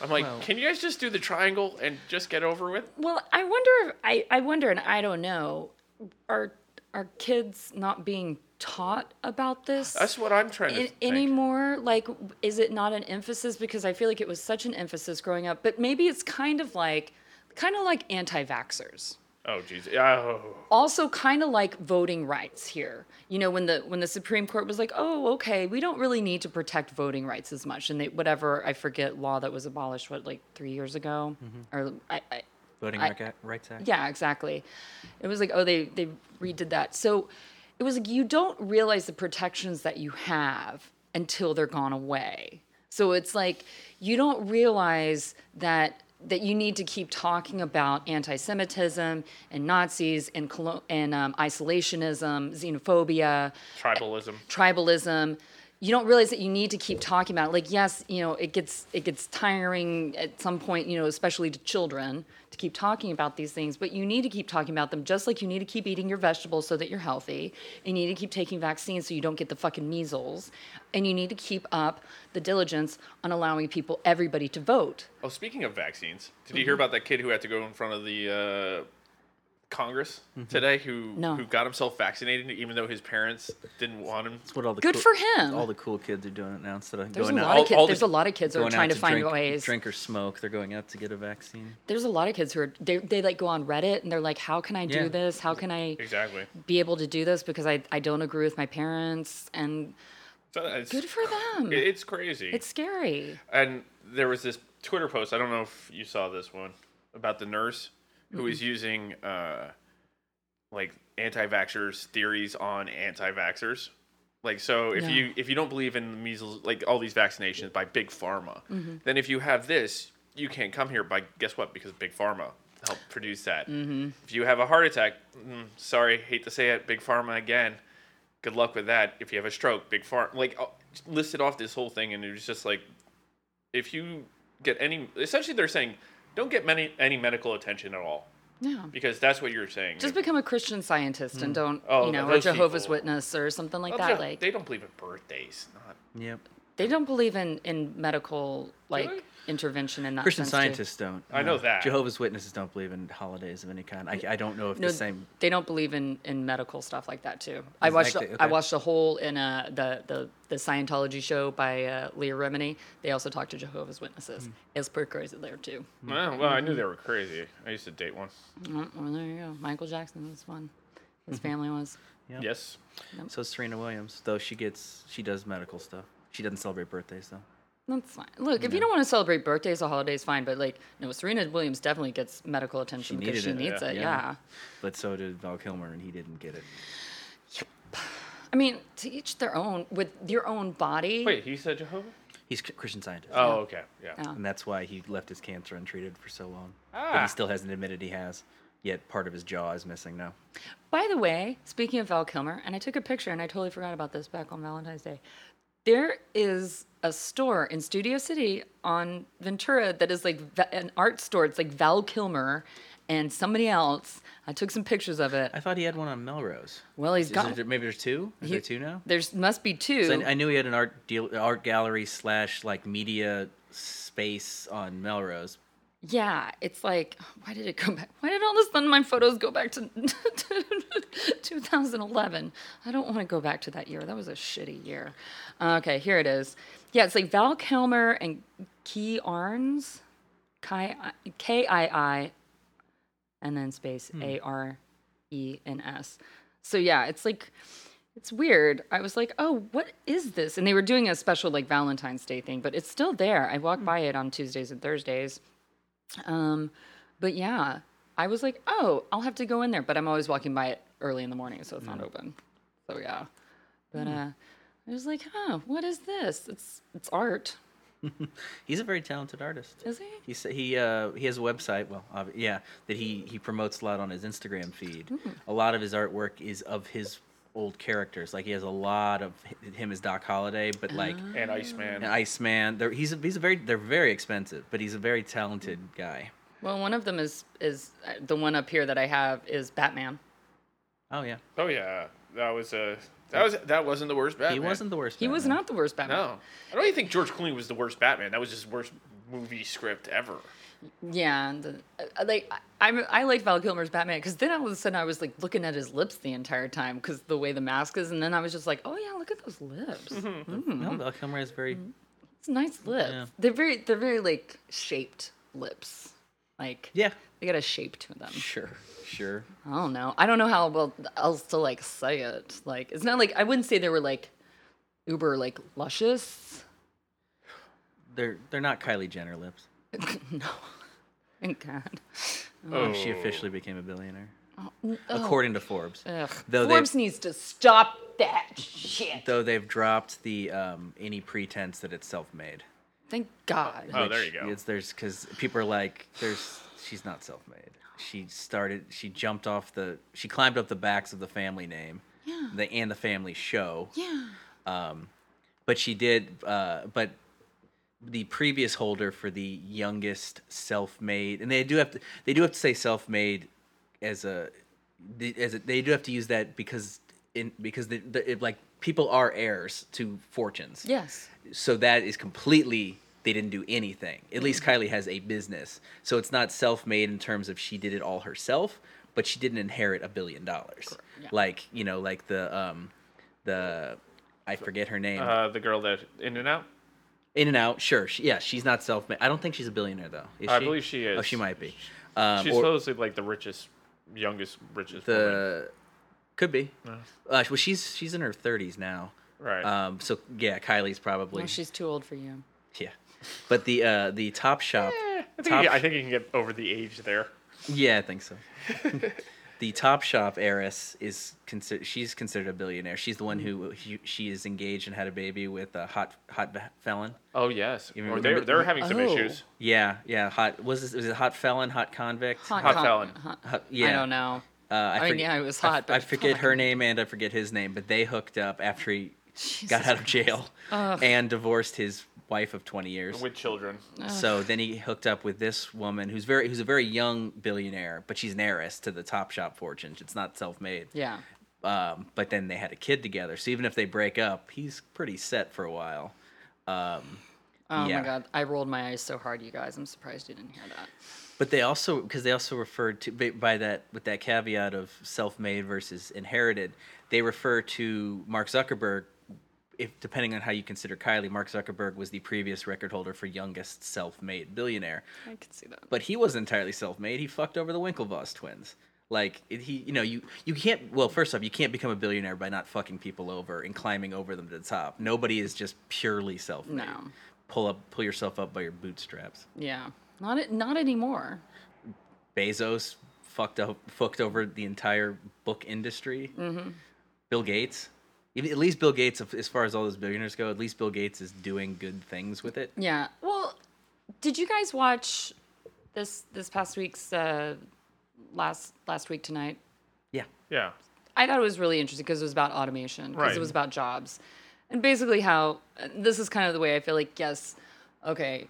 B: I'm like,
A: Well-
B: can you guys just do the triangle and just get over with?
C: well, I wonder. If, I I wonder, and I don't know. Are are kids not being taught about this?
B: That's what I'm trying to
C: in,
B: think.
C: anymore like is it not an emphasis because i feel like it was such an emphasis growing up but maybe it's kind of like kind of like anti-vaxxers
B: Oh, jeez. Oh.
C: also kind of like voting rights here you know when the when the supreme court was like oh okay we don't really need to protect voting rights as much and they whatever i forget law that was abolished what like three years ago or I, I
A: Voting
C: I-
A: Rights Act- Rights Act.
C: yeah, exactly. It was like, oh, they they redid that. So it was like you don't realize the protections that you have until they're gone away. So it's like you don't realize that that you need to keep talking about anti-Semitism and Nazis and colo- and um, isolationism, xenophobia,
B: Tribalism.
C: tribalism you don't realize that you need to keep talking about it. like yes you know it gets it gets tiring at some point you know especially to children to keep talking about these things but you need to keep talking about them just like you need to keep eating your vegetables so that you're healthy you need to keep taking vaccines so you don't get the fucking measles and you need to keep up the diligence on allowing people everybody to vote
B: Oh, speaking of vaccines, did
C: Mm-hmm.
B: you hear about that kid who had to go in front of the uh, Congress today who
C: Mm-hmm. No.
B: who got himself vaccinated even though his parents didn't want him?
A: That's what all the
C: Good
A: cool-
C: for him.
A: All the cool kids are doing it now instead of
C: There's a
A: going out.
C: lot of
A: all-
C: kids-
A: all the
C: there's a lot of kids who are
A: going out
C: trying to
A: to
C: find
A: drink,
C: ways.
A: Drink or smoke. They're going out to get a vaccine.
C: there's a lot of kids who are they, they like go on reddit and they're like how can i do
A: Yeah.
C: this how can i
B: Exactly.
C: be able to do this because i, I don't agree with my parents and
B: So it's,
C: Good for them.
B: it- It's crazy.
C: It's scary.
B: and there was this Twitter post. I don't know if you saw this one about the nurse who was using uh, like anti-vaxxers theories on anti-vaxxers. Like so, if
C: Yeah.
B: you if you don't believe in the measles, like all these vaccinations by big pharma, then if you have this, you can't come here. By guess what? Because big pharma helped produce that. If you have a heart attack, mm, sorry, hate to say it, big pharma again. Good luck with that. If you have a stroke, big pharma. Like uh, listed off this whole thing, and it was just like if you get any essentially they're saying don't get many any medical attention at all
C: Yeah.
B: because that's what you're saying
C: Just become a Christian scientist and don't,
B: Oh,
C: you know, or
B: those
C: Jehovah's
B: people.
C: Witness or something like
B: Well,
C: that.
B: they-
C: like
B: they
C: they,
B: don't believe in birthdays not
A: Yep.
C: don't believe in in medical like
B: Really?
C: intervention in that
A: Christian
C: sense, too.
A: scientists don't.
B: I know
A: No.
B: that.
A: Jehovah's Witnesses don't believe in holidays of any kind. I, I don't know if
C: No,
A: the same.
C: they don't believe in in medical stuff like that too. I watched
A: Exactly,
C: I
A: okay.
C: watched a whole in uh, the the the Scientology show by uh, Leah Remini. They also talk to Jehovah's
A: Hmm.
C: Witnesses. It's pretty crazy there too.
B: Mm-hmm. well, well i knew they were crazy i used to date one
C: Oh, well, there you go. Michael Jackson was one. His
A: Mm-hmm.
C: family was.
A: Yep.
B: yes
A: So is Serena Williams, though she gets she does medical stuff. She doesn't celebrate birthdays though.
C: That's fine. Look, if you don't want to celebrate birthdays or holidays, fine. But like, no, Serena Williams definitely gets medical attention because
A: needed
C: she
A: it,
C: needs
A: yeah,
C: it. Yeah.
A: yeah. But so did Val Kilmer, and he didn't get it.
C: I mean, to each their own with your own body.
B: wait he said jehovah
A: He's a Christian scientist.
B: oh okay yeah
C: Yeah.
A: And that's why he left his cancer untreated for so long. But
B: Ah.
A: he still hasn't admitted he has. Yet part of his jaw is missing now.
C: By the way, speaking of Val Kilmer, and I took a picture and I totally forgot about this back on Valentine's Day. There is a store in Studio City on Ventura that is like va- an art store. It's like Val Kilmer and somebody else. I took some pictures of it.
A: I thought he had one on Melrose.
C: Well, he's
A: Is
C: got
A: there, maybe there's two. Is there two now?
C: There's must be two.
A: 'Cause I, I knew he had an art deal, art gallery slash like media space on Melrose.
C: yeah, it's like why did it go back? Why did all of a sudden my photos go back to 2011? I don't want to go back to that year. That was a shitty year. Okay, here it is. Yeah, it's like Val Kilmer and Key Arns, K I I, and then space A R E N S. So yeah, it's like it's weird. I was like, oh, what is this? And they were doing a special like Valentine's Day thing, but it's still there. I walk by it on Tuesdays and Thursdays. Um, but yeah, I was like, oh, I'll have to go in there, but I'm always walking by it early in the morning, so it's not open. So yeah, but uh, I was like, huh, what is this? It's it's art,
A: He's a very talented artist.
C: is he?
A: He sa- he uh, he has a website. Well, obvi- yeah, that he he promotes a lot on his Instagram feed.
C: Hmm.
A: A lot of his artwork is of his old characters. Like he has a lot of hi- him as Doc Holliday, but like
C: Ah.
B: And Iceman.
A: an Iceman. They're, he's a, he's a very they're very expensive, but he's a very talented
C: Hmm.
A: guy.
C: Well, one of them is is uh, the one up here that I have is Batman.
A: Oh yeah,
B: Oh yeah, that was a that was that wasn't the worst Batman. Oh.
A: he wasn't the worst.
C: He was
A: Batman.
C: not the worst Batman.
B: No, I don't even think George Clooney was the worst Batman. That was his worst movie script ever.
C: Yeah, and the, uh, like I, I'm- I liked Val Kilmer's Batman because then all of a sudden I was like looking at his lips the entire time because the way the mask is, and then I was just like, oh yeah, look at those lips.
A: No, Val Kilmer is very.
C: Hmm. It's nice lips.
A: Yeah.
C: They're very they're very like shaped lips. Like
A: Yeah,
C: they got a shape to them.
A: sure, sure.
C: I don't know. I don't know how well else to like say it. Like it's not like I wouldn't say they were like uber like luscious.
A: They're they're not Kylie Jenner lips.
C: no. Thank God.
A: Oh, she officially became a billionaire,
C: Oh,
A: according to Forbes.
C: ugh.
A: Though they
C: Forbes needs to stop that shit.
A: though they've dropped the um, any pretense that it's self-made.
C: Thank God.
B: Oh, there
A: which
B: you go.
A: It's, there's because people are like, there's she's not self-made. She started. She jumped off the. She climbed up the backs of the family name.
C: Yeah.
A: The and the family show.
C: yeah.
A: But she did. Uh, but the previous holder for the youngest self-made, and they do have to. They do have to say self-made as a. the- As a, they do have to use that because in because the, the it, like people are heirs to fortunes
C: Yes.
A: so that is completely they didn't do anything. At least Kylie has a business, so it's not self-made in terms of she did it all herself, but she didn't inherit a billion dollars.
C: yeah.
A: Like you know, like the um, the I forget her name.
B: Uh, the girl that In and Out.
A: In and Out. Sure, she, yeah, she's not self-made. I don't think she's a billionaire though. Is
B: I believe she
A: Oh,
B: is.
A: she might be. Um,
B: She's
A: or
B: supposedly like the richest, youngest, richest. woman.
A: the could be. Uh, well, she's she's in her thirties now.
B: Right.
A: Um, so yeah, Kylie's probably
C: No, she's too old for you.
A: yeah, but the uh, the Top Shop.
B: Eh, I, think
A: Top
B: you, I think you can get over the age there.
A: Yeah, I think so. the Top Shop heiress is considered. She's considered a billionaire. She's the one who
B: Mm-hmm.
A: he, she is engaged and had a baby with a hot hot va- felon.
B: Oh yes,
A: remember-
B: or they're they're having some
C: Oh.
B: issues.
A: Yeah, yeah. Hot was this, was it hot felon, hot convict?
B: Hot Fallon.
A: Hot- yeah.
C: I don't know.
A: Uh, I,
C: mean,
A: forg-
C: yeah, it was
A: I-
C: hot,
A: I,
C: but oh
A: forget
C: fuck.
A: her name and I forget his name, but they hooked up after he got out of jail and divorced his wife of twenty years.
B: with children.
A: So then he hooked up with this woman who's very who's a very young billionaire, but she's an heiress to the Top Shop fortune. It's not self made.
C: Yeah.
A: um, but then they had a kid together. So even if they break up, he's pretty set for a while.
C: Oh
A: Yeah.
C: my God. I rolled my eyes so hard, you guys. I'm surprised you didn't hear that.
A: But they also because they also referred to by- by that with that caveat of self-made versus inherited, they refer to Mark Zuckerberg. If depending on how you consider Kylie, Mark Zuckerberg was the previous record holder for youngest self-made billionaire.
C: I could see that.
A: but he wasn't entirely self-made. He fucked over the Winklevoss twins. Like it- he, you know, you you can't. Well, first off, you can't become a billionaire by not fucking people over and climbing over them to the top. Nobody is just purely self-made.
C: No.
A: Pull up, pull yourself up by your bootstraps.
C: Yeah. Not not anymore.
A: Bezos fucked up, fucked over the entire book industry.
C: Mm-hmm.
A: Bill Gates, Even- at least Bill Gates, as far as all those billionaires go, at least Bill Gates is doing good things with it.
C: Yeah. Well, did you guys watch this this past week's uh, last last week tonight.
A: Yeah.
B: Yeah.
C: I thought it was really interesting because it was about automation, because
B: Right.
C: it was about jobs, and basically how and this is kind of the way I feel like yes, okay,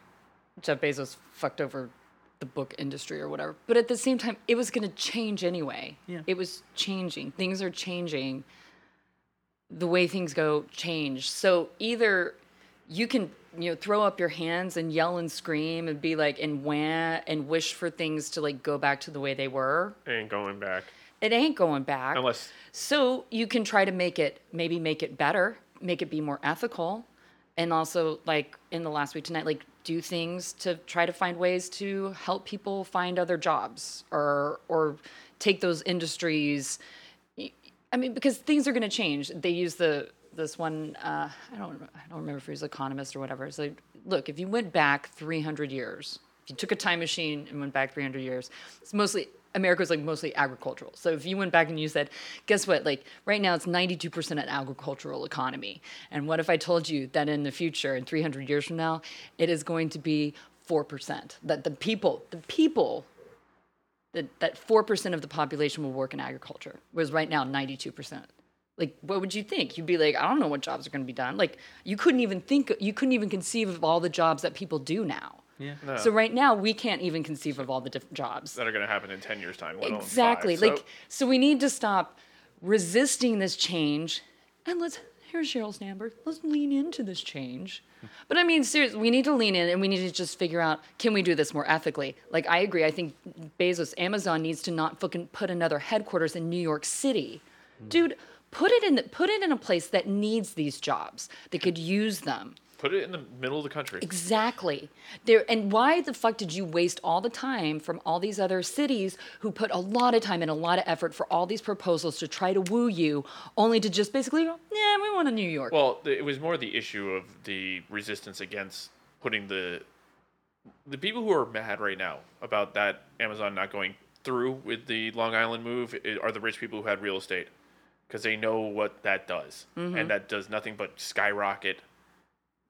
C: Jeff Bezos fucked over the book industry or whatever, but at the same time, it was going to change anyway.
A: Yeah.
C: it was changing. Things are changing. The way things go change. So either you can you know throw up your hands and yell and scream and be like and wah and wish for things to like go back to the way they were.
B: And going back.
C: It ain't going back.
B: Unless
C: So you can try to make it, maybe make it better, make it be more ethical, and also like in the last week tonight, like do things to try to find ways to help people find other jobs or or take those industries. I mean, because things are going to change. They use the this one. Uh, I don't I don't remember if he was an economist or whatever. It's like, look, if you went back 300 years, if you took a time machine and went back 300 years, it's mostly America was like mostly agricultural. So if you went back and you said, guess what? Like right now, it's 92% an agricultural economy. And what if I told you that in the future, in 300 years from now, it is going to be 4%? That the people, the people that that four percent of the population will work in agriculture, whereas right now ninety two percent. Like, what would you think? You'd be like, I don't know what jobs are going to be done. Like, you couldn't even think, you couldn't even conceive of all the jobs that people do now.
A: Yeah.
C: So right now, we can't even conceive of all the different jobs.
B: that are going to happen in 10 years' time. Let alone oh five.
C: Exactly.
B: So-
C: like, so we need to stop resisting this change, and let's. Here's Cheryl Sandberg. Let's lean into this change. But I mean, seriously, we need to lean in, and we need to just figure out can we do this more ethically. Like, I agree. I think Bezos, Amazon needs to not fucking put another headquarters in New York City,
B: Hmm.
C: dude. Put it in the, put it in a place that needs these jobs. They could use them.
B: Put it in the middle of the country.
C: Exactly. There and why the fuck did you waste all the time from all these other cities who put a lot of time and a lot of effort for all these proposals to try to woo you, only to just basically go, yeah, we want a New York.
B: Well, th- it was more the issue of the resistance against putting the the people who are mad right now about that Amazon not going through with the Long Island move i- are the rich people who had real estate because they know what that does, and that does nothing but skyrocket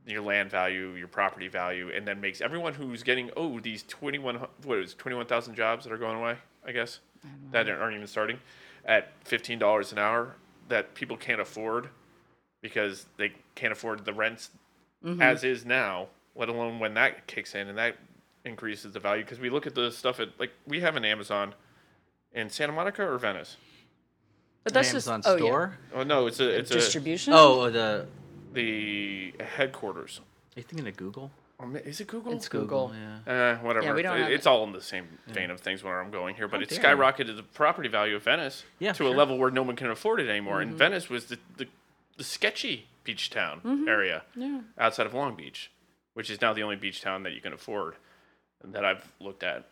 B: your land value, your property value, and then makes everyone who's getting oh these twenty one what is twenty one thousand jobs that are going away, I guess that aren't even starting at fifteen dollars an hour that people can't afford because they can't afford the rents as is now, let alone when that kicks in and that increases the value. Because we look at the stuff at like we have an Amazon in Santa Monica or Venice.
C: but that's just
A: Amazon
C: oh, yeah.
A: store.
B: Oh no, it's a it's
C: distribution.
A: Oh, oh, the.
B: a the headquarters.
A: Are you thinking of Google?
B: Or ma- Is it Google?
C: It's Google.
A: Yeah.
B: Uh, whatever.
C: Yeah, we don't
B: It-
C: have Oh,
B: it's all in the same vein of things where I'm going here, but it
A: dare you.
B: skyrocketed the property value of Venice
A: Yeah,
B: to a
A: sure.
B: level where no one can afford it anymore.
C: Mm-hmm.
B: And Venice was the, the, the sketchy beach town
C: Mm-hmm.
B: area outside of Long Beach, which is now the only beach town that you can afford that I've looked at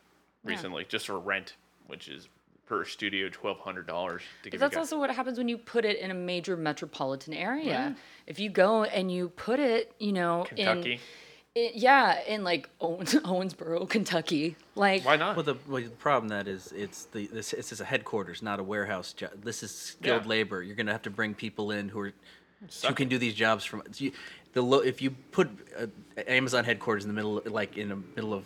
B: recently, just for rent, which is per studio twelve hundred dollars to give
C: But
B: you
C: that's
B: guys.
C: also what happens when you put it in a major metropolitan area. If you go and you put it, you know, in-
B: Kentucky.
C: in, yeah, in like Owens, Owensboro, Kentucky, like
B: Why not?
A: Well, the, well, the problem that is, it's the this, this is a headquarters, not a warehouse job. This is skilled
B: Yeah.
A: labor. You're gonna have to bring people in who are who
B: Suck
A: can do these jobs from so you, the lo, if you put uh, Amazon headquarters in the middle, like in the middle of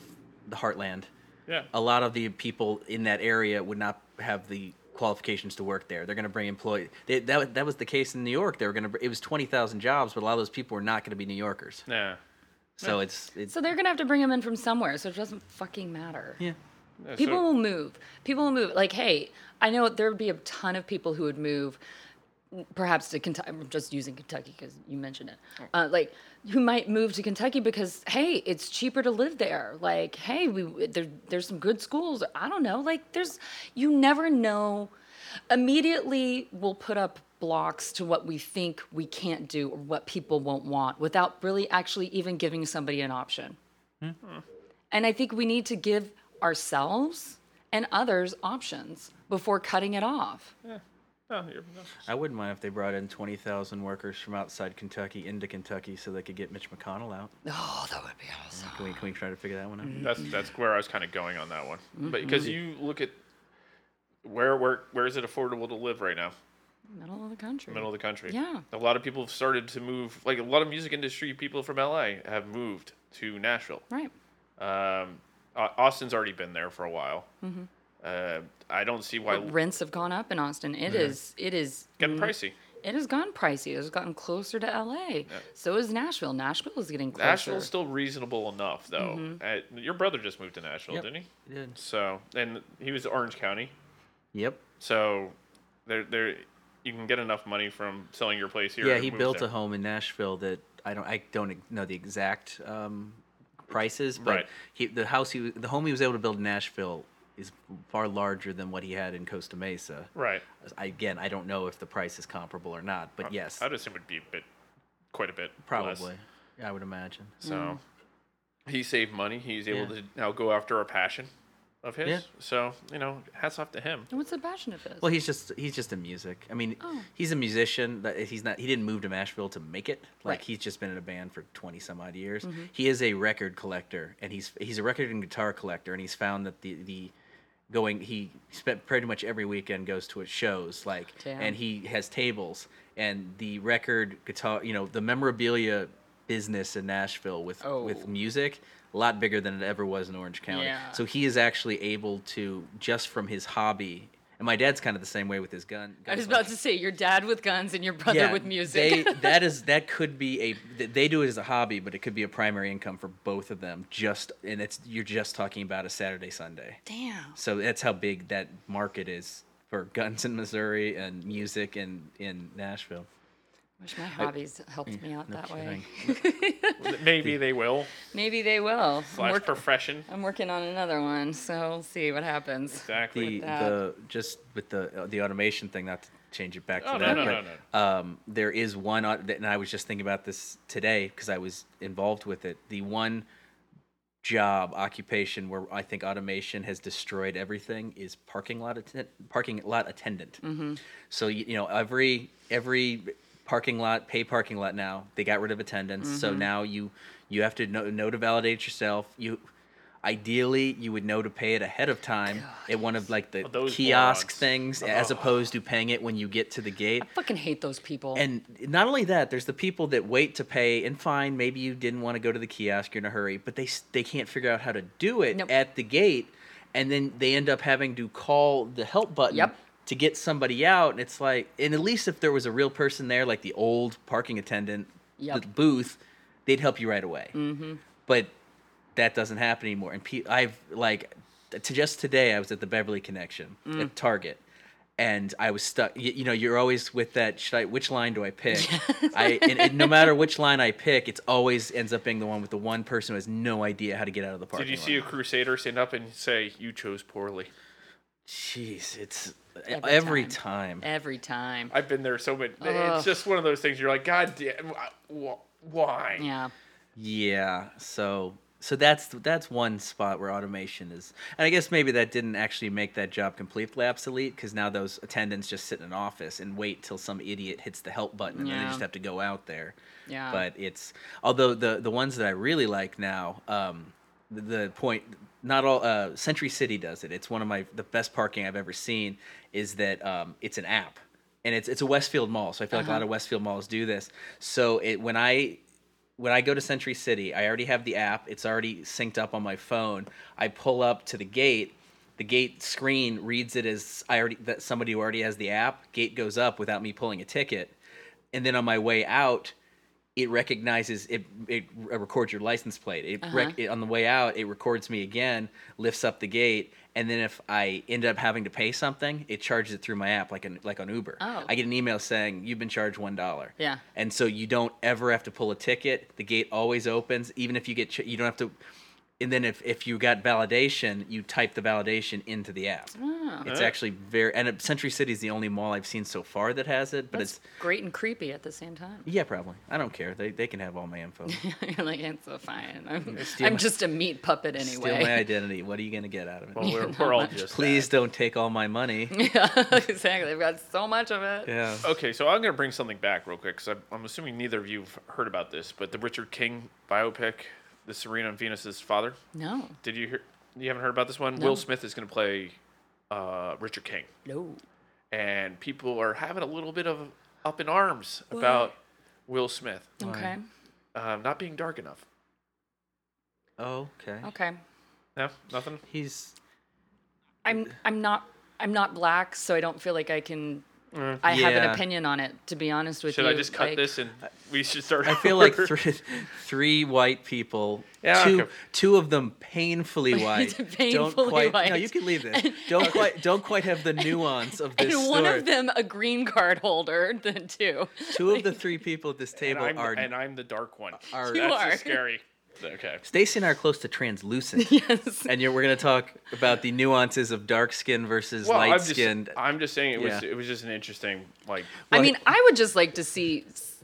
A: the heartland,
B: yeah.
A: a lot of the people in that area would not have the qualifications to work there. They're going to bring employees. They, that was- that was the case in New York. They were going to. It was twenty thousand jobs, but a lot of those people were not going to be New Yorkers.
B: Nah.
A: So it's it's
C: so they're gonna have to bring them in from somewhere. So it doesn't fucking matter.
A: yeah.
B: Yeah, so-
C: People will move. People will move. Like, hey, I know there would be a ton of people who would move, perhaps to Kentucky. I'm just using Kentucky because you mentioned it. Uh, like, who might move to Kentucky because hey, it's cheaper to live there. Like, hey, we there, there's some good schools. I don't know. Like, there's you never know. Immediately, we'll put up blocks to what we think we can't do or what people won't want without really actually even giving somebody an option. And I think we need to give ourselves and others options before cutting it off.
B: No, oh, you're- no.
A: I wouldn't mind if they brought in twenty thousand workers from outside Kentucky into Kentucky so they could get Mitch McConnell out.
C: Oh, that would be awesome.
A: Can we can we try to figure that one out?
B: That's that's where I was kind of going on that one,
A: Mm-hmm.
B: but because you look at where where where is it affordable to live right now?
C: Middle of the country.
B: Middle of the country.
C: Yeah.
B: a lot of people have started to move. Like a lot of music industry people from LA have moved to Nashville.
C: right.
A: Mm-hmm.
B: Um, Au- Austin's already been there for a while. Uh, I don't see why
C: Rents have gone up in Austin. It is. It is.
B: getting
A: Mm-hmm.
B: pricey.
C: It has gone pricey. It's gotten closer to LA. So is Nashville. Nashville is getting closer.
B: Nashville's still reasonable enough, though. Uh, your brother just moved to Nashville,
A: Mm-hmm. Yep.
B: didn't he?
A: Dude.
B: So, and he was Orange County.
A: Yep.
B: So, there, there, you can get enough money from selling your place here.
A: Yeah,
B: to
A: he
B: move
A: built
B: there.
A: a home in Nashville that I don't I don't ex- know the exact um, prices, but
B: Right.
A: he the house he the home he was able to build in Nashville is far larger than what he had in Costa Mesa.
B: Right.
A: I, again, I don't know if the price is comparable or not, but yes,
B: I'd assume it'd be a bit, quite a bit. less.
A: probably. I would imagine.
B: So,
C: Mm.
B: he saved money. He's able
A: Yeah.
B: to now go after a passion of his.
A: Yeah.
B: So, you know, hats off to him.
C: What's the passion of this?
A: Well, he's just he's just in music. I mean,
C: Oh.
A: he's a musician. That he's not. He didn't move to Nashville to make it. Like
C: Right. Mm-hmm.
A: he's just been in a band for twenty some odd years. He is a record collector, and he's he's a record and guitar collector, and he's found that the the going he spent pretty much every weekend goes to his shows like
C: Oh, Damn.
A: and he has tables and the record guitar you know the memorabilia business in Nashville with with
C: Oh.
A: music a lot bigger than it ever was in Orange County
C: Yeah.
A: so he is actually able to just from his hobby. And my dad's kind of the same way with his gun.
C: I was
A: gunslinger.
C: about to say your dad with guns and your brother with music.
A: they, that is that could be a th- they do it as a hobby, but it could be a primary income for both of them. Just and it's you're just talking about a Saturday Sunday.
C: Damn.
A: So that's how big that market is for guns in Missouri and music in in Nashville.
C: Wish my hobbies helped me out
A: No
C: that way.
A: kidding.
B: Maybe they will.
C: Maybe they will. I'm,
B: Slash
C: work-
B: profession.
C: I'm working on another one, so we'll see what happens.
B: Exactly.
A: the
C: that.
A: the just with the uh, the automation thing not to change it back to
B: Oh, no,
A: that
B: no,
A: but
B: no,
A: um there is one au- that- and I was just thinking about this today because I was involved with it the one job occupation where I think automation has destroyed everything is parking lot atten- parking lot attendant so you, you know every every parking lot pay parking lot now they got rid of attendance so now you you have to know, know to validate yourself you ideally you would know to pay it ahead of time at one of like the
B: Oh, those
A: kiosk
B: morons.
A: things as opposed to paying it when you get to the gate
C: Fucking hate those people.
A: and not only that, there's the people that wait to pay, and fine, maybe you didn't want to go to the kiosk, you're in a hurry, but they s- they can't figure out how to do it
C: Nope.
A: at the gate, and then they end up having to call the help button
C: Yep.
A: to get somebody out, and it's like, and at least if there was a real person there, like the old parking attendant,
C: Yep.
A: the booth, they'd help you right away. Mm-hmm. But that doesn't happen anymore. And pe- I've like to just today I was at the Beverly Connection
B: Mm.
A: at Target, and I was stuck. You, you know, you're always with that. Should I? Which line do I pick? I and, and no matter which line I pick, it's always ends up being the one with the one person who has no idea how to get out of the parking
B: Did you see a
A: lot.
B: crusader stand up and say, You chose poorly?
A: Jeez, it's
C: Every
A: every, time.
C: time. Every time.
B: I've been there so many.
C: Ugh.
B: It's just one of those things. You're like, God damn, wh- why?
C: Yeah.
A: Yeah. So so that's that's one spot where automation is, and I guess maybe that didn't actually make that job completely obsolete because now those attendants just sit in an office and wait till some idiot hits the help button, and then
C: Yeah.
A: they just have to go out there.
C: Yeah.
A: But it's although the the ones that I really like now, um, the, the point not all uh, Century City does it. It's one of my the best parking I've ever seen. Is that um, it's an app. And it's, it's a Westfield mall, so I feel like a
C: Uh-huh.
A: lot of Westfield malls do this. So it, when I when I go to Century City, I already have the app. It's already synced up on my phone. I pull up to the gate. The gate screen reads it as I already that somebody who already has the app. Gate goes up without me pulling a ticket, and then on my way out, it recognizes it. It records your license plate. It, rec- it on the way out, it records me again, lifts up the gate, and then if I end up having to pay something, it charges it through my app like an like on Uber.
C: Oh.
A: I get an email saying you've been charged one dollar.
C: Yeah.
A: And so you don't ever have to pull a ticket. The gate always opens, even if you get ch- you don't have to. And then if if you got validation, you type the validation into the app.
C: Oh,
A: It's actually very and it- Century City is the only mall I've seen so far that has it. But
C: That's
A: it's
C: great and creepy at the same time.
A: yeah, probably. I don't care. They they can have all my info.
C: You're like, it's so fine. I'm,
A: Steal
C: I'm
A: my-
C: just a meat puppet anyway.
A: Steal my identity. What are you gonna get out of it?
B: Well, we're, we're all just.
A: Please don't take all my money.
C: yeah, exactly. I've got so much of it.
A: yeah.
B: that. Okay, so I'm going to bring something back real quick because I'm, I'm assuming neither of you have heard about this, but the Richard King biopic, the Serena and Venus's father.
C: No,
B: Did you hear? You haven't heard about this one?
C: No.
B: Will Smith is going to play uh, Richard King.
C: no.
B: and people are having a little bit of up in arms about Will Smith
C: Okay.
B: um, not being dark enough.
A: Okay.
C: Okay.
B: No, nothing.
A: He's
C: I'm I'm not I'm not black, so I don't feel like I can. I have an
A: Mm. Yeah.
C: opinion on it, to be honest with
B: Should
C: you.
B: I just cut
C: like-
B: this and we should start?
A: I feel like
B: over?
A: three, three white people,
B: Yeah,
A: two,
B: okay.
A: two of them painfully white.
C: Painfully
A: don't quite, No,
C: white.
A: you can leave this. Don't quite, don't quite have the nuance of
C: And
A: this
C: one
A: story.
C: of them a green card holder, then two.
A: two of the three people at this
B: And
A: table
B: I'm,
A: are,
B: and I'm the dark one.
A: are
C: You
B: That's
C: are.
B: Just scary. Okay.
A: Stacy and I are close to translucent.
C: Yes.
A: And you're, we're going to talk about the nuances of dark skin versus
B: Well, I'm
A: light
B: just,
A: skinned.
B: I'm just saying it was.
A: Yeah.
B: It was just an interesting, like,
C: I
A: Well,
C: mean, I would just like to see s-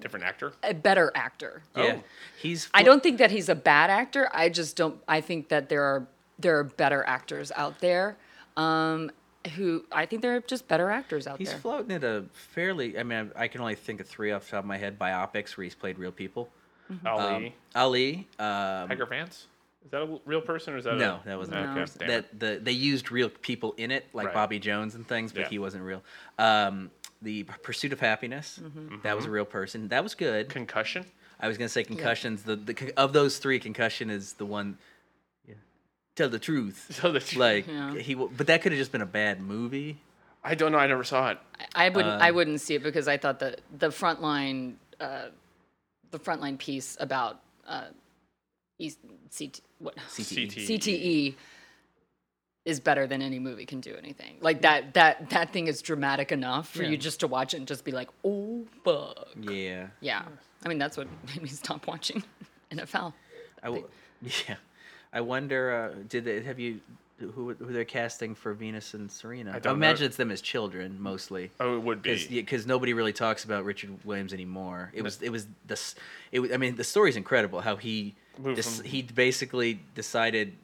B: different actor.
C: a better actor.
A: Yeah,
B: Oh.
A: he's.
C: I
A: fl-
C: don't think that he's a bad actor. I just don't. I think that there are there are better actors out there. Um, who I think there are just better actors out
A: He's
C: there.
A: floating at a fairly. I mean, I, I can only think of three off the top of my head. Biopics where he's played real people.
B: Ali.
A: Um, Ali. Um,
B: Tiger Pants? Is that a l- real person or is that
A: No,
B: a...
A: that wasn't
B: okay,
A: real
C: No.
A: person.
B: damn it.
A: That the they used real people in it, like
B: Right.
A: Bobby Jones and things, but
B: Yeah.
A: he wasn't real. Um, the P- Pursuit of Happiness,
C: Mm-hmm.
A: that was a real person. That was good.
B: Concussion?
A: I was gonna say concussions. The, the con- of those three, concussion is the one. Yeah, tell the truth.
B: So that
A: Like
C: Yeah.
A: he, w- but that could have just been a bad movie.
B: I don't know. I never saw it.
C: I wouldn't. I wouldn't see it because I thought that the frontline, uh, the frontline piece about uh, E- CT, what
A: CTE.
B: CTE.
C: CTE is better than any movie can do anything. Like that. That that thing is dramatic enough for you just to watch it and just be like, oh fuck.
A: Yeah,
C: Yeah. I mean, that's what made me stop watching NFL.
A: I w- yeah. I wonder. Uh, did they have you? Who who they're casting for Venus and Serena? I,
B: don't know.
A: imagine it's them as children mostly.
B: Oh, it would be.
A: because nobody really talks about Richard Williams anymore. It was it was the s- it was, I mean the story's incredible how he
B: Moved
A: dis-
B: from-
A: he basically decided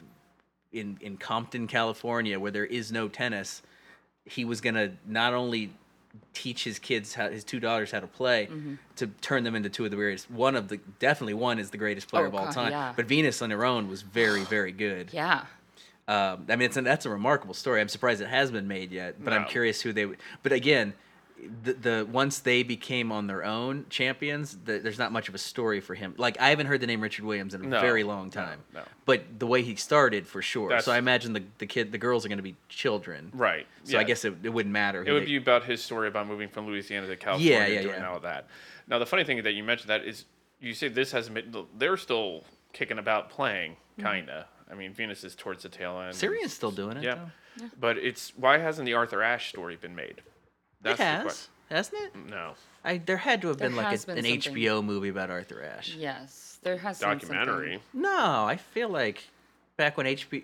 A: in in Compton, California, where there is no tennis, he was gonna not only teach his kids how his two daughters how to play
C: Mm-hmm.
A: to turn them into two of the greatest one of the definitely one is the greatest player
C: Oh,
A: of all
C: God,
A: time
C: yeah.
A: but venus on her own was very very good
C: Yeah.
A: um, I mean, it's a, that's a remarkable story. I'm surprised it has been made yet, but I'm
B: No.
A: curious who they would. But again, the, the once they became on their own champions, the, there's not much of a story for him. Like I haven't heard the name Richard Williams in a
B: No,
A: very long
B: no,
A: time.
B: no.
A: But the way he started, for sure.
B: That's-
A: so I imagine the, the kid, the girls are going to be children.
B: Right.
A: So I
B: yeah.
A: guess it, it wouldn't matter. Who
B: It would
A: they-
B: be about his story about moving from Louisiana to California
A: Yeah, yeah,
B: and doing
A: yeah.
B: all of that. Now, the funny thing that you mentioned that is you say this hasn't been... They're still kicking about playing, kind of. I mean, Venus is towards the tail end.
A: Syrian's still doing it.
B: Yeah.
A: though.
B: But it's... Why hasn't the Arthur Ashe story been made?
A: it
B: the Mm.
A: has, hasn't it?
B: que- No.
A: I, there had to have
C: There
A: been like
C: has
A: a,
C: been
A: an
C: something.
A: HBO movie about Arthur Ashe.
C: Yes. There has been something-
B: Documentary.
A: No, I feel like back when HB,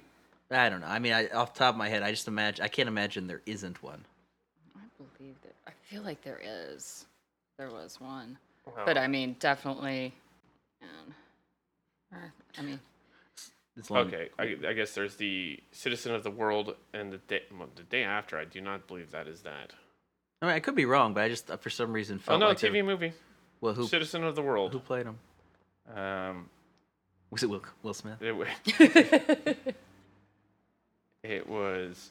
A: I don't know. I mean, I, off the top of my head, I just imagine I can't imagine there isn't one.
C: I believe there. I feel like there is. There was one. But I mean, definitely. Man. Earth- I mean,
A: As long-
B: Okay, I, I guess there's the Citizen of the World and the day, well, the day after. I do not believe that is that.
A: I mean, I could be wrong, but I just uh, for some reason
B: Oh
A: felt
B: no,
A: like there-
B: TV movie.
A: well, who
B: Citizen of the
A: who
B: World.
A: played him?
B: Um,
A: Was it Will, Will Smith?
B: it, wa- it was.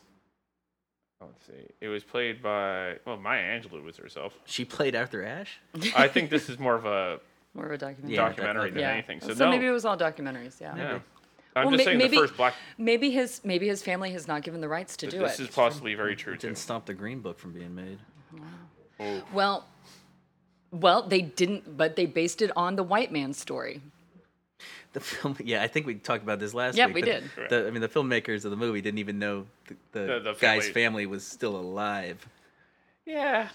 B: oh, Let's see. It was played by well, Maya Angelou was herself.
A: She played Arthur Ashe.
B: I think this is more of a
C: more of a documentary.
A: Yeah, that-
B: documentary
A: that-
B: than
C: Yeah.
B: anything. So,
C: so
B: no.
C: maybe it was all documentaries. Yeah.
B: yeah. I'm
C: Well,
B: just
C: may-
B: saying
C: maybe-
B: the first black.
C: Maybe his maybe his family has not given the rights to do
B: This
C: it.
B: is possibly very true too.
A: Didn't stop the Green Book from being made.
C: Well, well, they didn't, but they based it on the white man's story.
A: The film, yeah, I think we talked about this last
C: Yeah,
A: week.
C: we
A: but
C: did.
A: the- The, I mean, the filmmakers of the movie didn't even know the, the,
B: The- the
A: guy's
B: family-
A: family was still alive.
B: Yeah.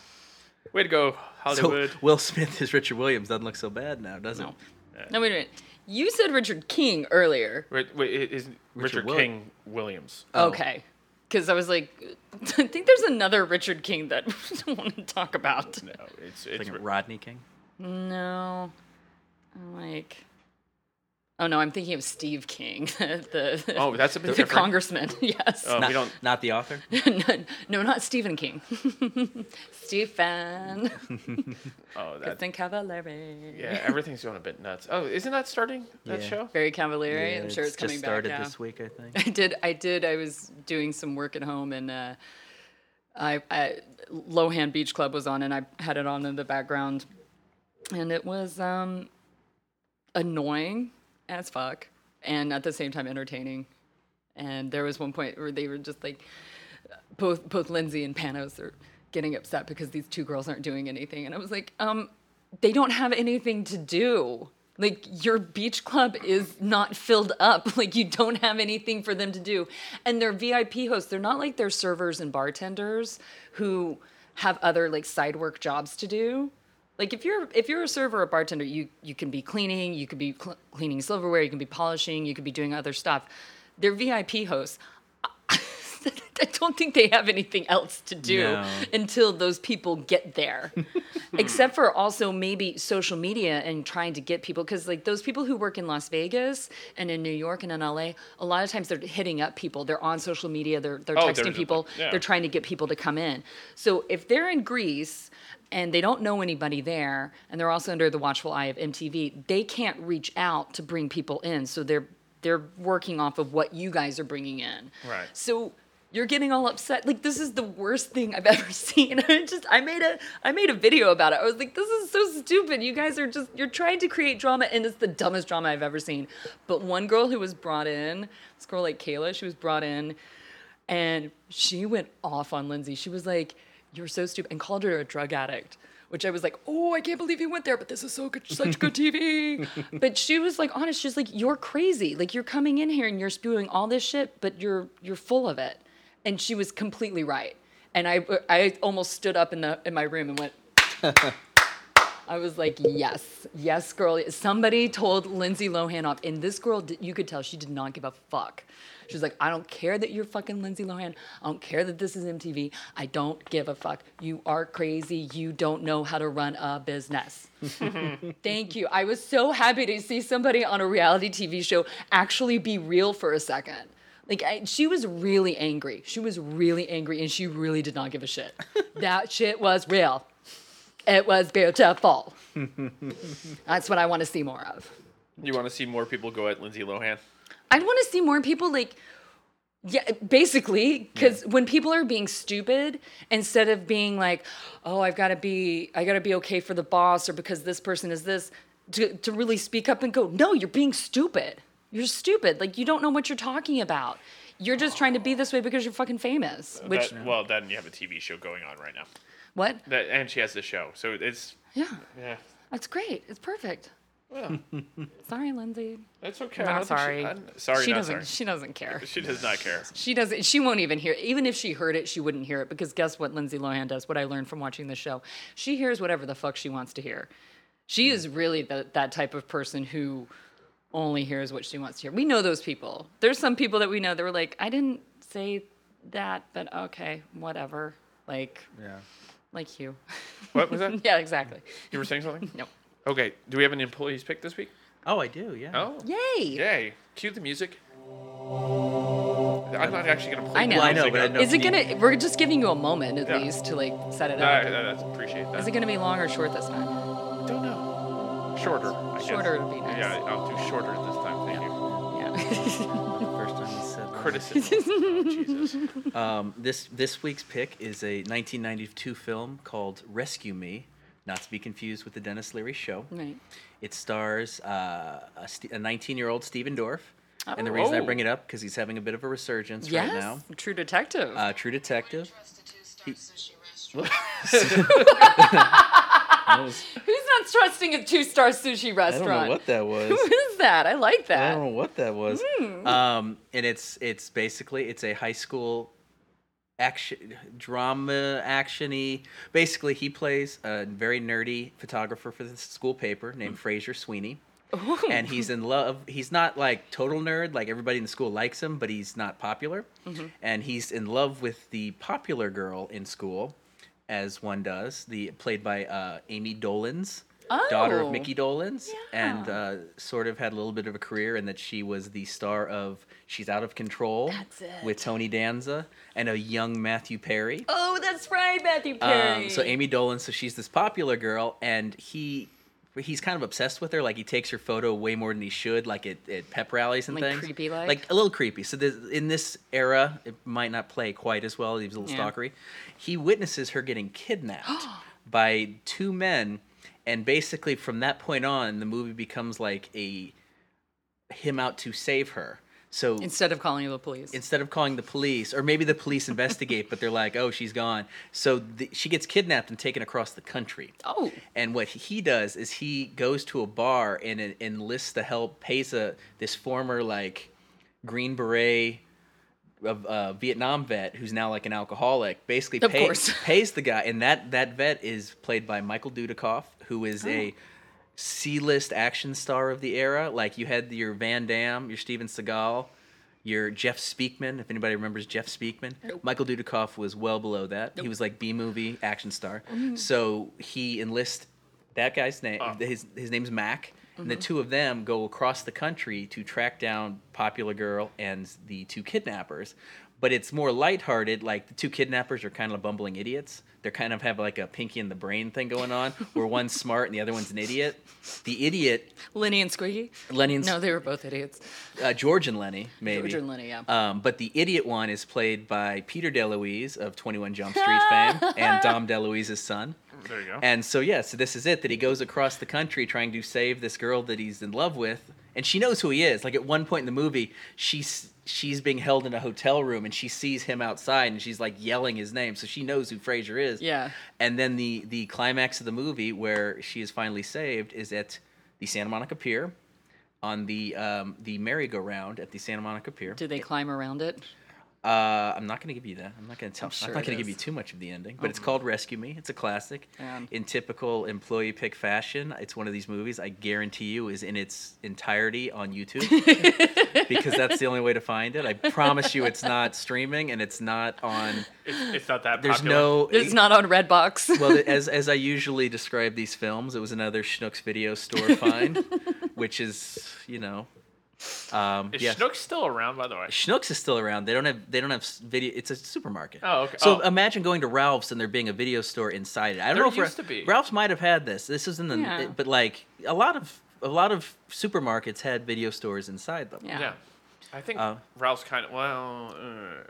B: Way to go,
A: So
B: Hollywood.
A: Will Smith as Richard Williams doesn't look so bad now, does
C: No.
A: it?
C: No, wait a minute. You said Richard King earlier.
B: Wait, wait, it is Richard,
A: Will-
B: King Williams.
A: Oh.
C: Okay. Because I was like, I think there's another Richard King that we don't want to talk about.
B: No, it's it's
A: Thinking
B: Ri-
A: Rodney King.
C: No. I'm like, oh no, I'm thinking of Steve King, the, the,
B: oh, that's a bit
C: the
B: different.
C: congressman. Yes.
B: Oh,
A: Not,
B: we don't.
A: not the author.
C: no, no, not Stephen King. Stephen.
B: Oh, that.
C: Think Cavallari.
B: Yeah, everything's going a bit nuts. Oh, isn't that starting that
A: Yeah.
B: show?
C: Very Cavallari.
A: Yeah,
C: I'm sure it's, coming
A: just
C: back.
A: started
C: yeah.
A: this week, I think.
C: I did. I did. I was doing some work at home, and uh, I, I Lohan Beach Club was on, and I had it on in the background, and it was um, annoying as fuck, and at the same time entertaining. And there was one point where they were just like, both both Lindsay and Panos are getting upset because these two girls aren't doing anything. And I was like, um, they don't have anything to do. Like your beach club is not filled up. Like you don't have anything for them to do. And they're VIP hosts. They're not like they're servers and bartenders who have other like side work jobs to do. Like if you're if you're a server or a bartender, you you can be cleaning, you could be cl- cleaning silverware, you can be polishing, you could be doing other stuff. They're VIP hosts. I don't think they have anything else to do
A: No.
C: until those people get there. Except for also maybe social media and trying to get people cuz like those people who work in Las Vegas and in New York and in LA, a lot of times they're hitting up people. They're on social media, they're they're
B: Oh,
C: texting
B: there's a-
C: people,
B: yeah.
C: they're trying to get people to come in. So if they're in Greece and they don't know anybody there and they're also under the watchful eye of MTV, they can't reach out to bring people in. So they're they're working off of what you guys are bringing in.
B: Right.
C: So you're getting all upset. Like this is the worst thing I've ever seen. I just I made a I made a video about it. I was like, this is so stupid. You guys are just you're trying to create drama and it's the dumbest drama I've ever seen. But one girl who was brought in, this girl like Kayla, she was brought in and she went off on Lindsay. She was like, "You're so stupid," and called her a drug addict. Which I was like, "Oh, I can't believe you went there." But this is so good, such good TV. but she was like, honest. She's like, "You're crazy. Like you're coming in here and you're spewing all this shit, but you're you're full of it." And she was completely right. And I I almost stood up in the in my room and went. I was like, yes, yes, girl. Somebody told Lindsay Lohan off, and this girl, di- you could tell she did not give a fuck. She was like, I don't care that you're fucking Lindsay Lohan. I don't care that this is MTV. I don't give a fuck. You are crazy. You don't know how to run a business. Thank you. I was so happy to see somebody on a reality TV show actually be real for a second. Like I, she was really angry. She was really angry, and she really did not give a shit. that shit was real. It was beautiful. That's what I want to see more of.
B: You want to see more people go at Lindsay Lohan?
C: I'd want to see more people like, yeah, basically, because when people are being stupid, instead of being like, oh, I've got to be, I got to be okay for the boss or because this person is this, to, to really speak up and go, no, you're being stupid. You're stupid. Like, you don't know what you're talking about. You're just trying to be this way because you're fucking famous. Which,
B: That- well, then you have a TV show going on right now.
C: what?
B: That and she has the show, so it's
C: Yeah,
B: yeah.
C: that's great. It's perfect.
B: Well,
C: Sorry, Lindsay.
B: that's okay.
C: Not
B: I don't think
C: sorry.
B: She, I'm sorry,
C: she
B: not
C: doesn't.
B: sorry.
C: She doesn't care.
B: She does not care.
C: She doesn't. She won't even hear. It. Even if she heard it, she wouldn't hear it because guess what? Lindsay Lohan does. What I learned from watching this show, she hears whatever the fuck she wants to hear.
B: Hmm.
C: She is really the, that type of person who only hears what she wants to hear. We know those people. There's some people that we know that were like, I didn't say that, but okay, whatever. Like,
A: Yeah.
C: like you.
B: What was that?
C: yeah, exactly.
B: You were saying something?
C: No.
B: Okay. Do we have an employees pick this week?
A: Oh, I do. Yeah.
B: Oh.
C: Yay.
B: Yay. Cue the music. I'm not actually gonna play.
C: I
B: the
C: know. Well, I
A: know,
B: music.
A: but I know-
C: Is it gonna? We're just giving you a moment at
B: Yeah.
C: least to like set it
B: No, I,
C: up.
B: I, I appreciate that.
C: Is it gonna be long or short this time?
B: Don't know. Shorter. I guess.
C: Shorter would be nice.
B: Yeah, I'll do shorter this time. Thank you.
C: Yeah.
A: First time you said that.
B: Criticism. oh, Jesus.
A: Um, this this week's pick is a 1992 film called Rescue Me, not to be confused with the Dennis Leary Show.
C: right.
A: It stars uh, a st- a 19 year old Stephen Dorff, and the reason I
B: Oh.
A: bring it up because he's having a bit of a resurgence
C: Yes,
A: right now.
C: True Detective.
A: Uh, True Detective.
C: Who's not trusting a two-star sushi
A: I
C: restaurant?
A: don't know what that was.
C: Who is that? I like
A: I
C: that.
A: don't know what that was. Um, and it's it's basically it's a high school action drama actiony. Basically, he plays a very nerdy photographer for the school paper named Fraser Sweeney. And he's in love. He's not like total nerd, like everybody in the school likes him, but he's not popular. And he's in love with the popular girl in school, as one does, the played by uh, Amy Dolans, daughter
C: Oh.
A: of Mickey Dolans, and
C: Yeah.
A: uh, sort of had a little bit of a career in that she was the star of She's Out of Control
C: That's it.
A: with Tony Danza and a young Matthew Perry.
C: Oh, that's right, Matthew Perry.
A: Um, so Amy Dolan, so she's this popular girl, and he he's kind of obsessed with her. Like he takes her photo way more than he should, like at, at pep rallies and
C: Like
A: things.
C: creepy-like?
A: like a little creepy. So this, in this era, it might not play quite as well. He was a little
C: Yeah.
A: stalkery. He witnesses her getting kidnapped by two men, and basically from that point on, the movie becomes like a him out to save her. So
C: instead of calling the police.
A: instead of calling the police, or maybe the police investigate, but they're like, "Oh, she's gone." So the, she gets kidnapped and taken across the country.
C: oh,
A: And what he does is he goes to a bar and en- enlists the help, pays a this former like Green Beret of uh, Vietnam vet who's now like an alcoholic. Basically,
C: Of course.
A: pays the guy, and that that vet is played by Michael Dudikoff, who is
C: Oh.
A: a C-list action star of the era. Like you had your Van Damme, your Steven Seagal. Your Jeff Speakman, if anybody remembers Jeff Speakman, Michael Dudikoff was well below that. He was like B movie action star. So he enlists that guy's name. His his name's Mac, and the two of them go across the country to track down Popular Girl and the two kidnappers. But it's more lighthearted. Like the two kidnappers are kind of bumbling idiots. They're kind of have like a pinky in the brain thing going on, where one's smart and the other one's an idiot. The idiot,
C: Lenny and Squeaky.
A: Lenny and
C: No, they were both idiots.
A: uh, George and Lenny, maybe.
C: George and Lenny, yeah.
A: Um, but the idiot one is played by Peter DeLuise of 21 Jump Street fame and Dom DeLuise's son.
B: There you go.
A: And so, yeah, so this is it that he goes across the country trying to save this girl that he's in love with. And she knows who he is. Like at one point in the movie, she's she's being held in a hotel room and she sees him outside and she's like yelling his name. So she knows who Fraser is.
C: Yeah.
A: And then the the climax of the movie where she is finally saved is at the Santa Monica Pier on the um, the merry-go-round at the Santa Monica Pier.
C: Did they climb around it?
A: Uh, I'm not going to give you that. I'm not going to tell. I'm,
C: sure
A: not
C: it
A: going to give
C: is. Um,
A: you too much of the ending, but it's called Rescue Me. It's a classic.
C: Man.
A: In typical employee pick fashion, it's one of these movies I guarantee you is in its entirety on YouTube because that's the only way to find it. I promise you, it's not streaming and it's not on.
B: It's, it's not that
A: There's
B: popular.
A: no. e,
C: It's not on Redbox.
A: Well, th- as as I usually describe these films, it was another Schnucks video store find, which is you know, um,
B: Is
A: yeah.
B: Schnook still around, by the way?
A: Schnucks is still around. They don't have they don't have s- video. It's a supermarket.
B: Oh, okay.
A: So
B: Oh.
A: imagine going to Ralph's and there being a video store inside it. I don't
B: There
A: know if Ra-
B: used to be.
A: Ralph's might have had this. This is in the
C: Yeah.
A: but like a lot of a lot of supermarkets had video stores inside them.
C: Yeah.
B: Yeah. I think
A: Uh,
B: Ralph's kind of well. Uh,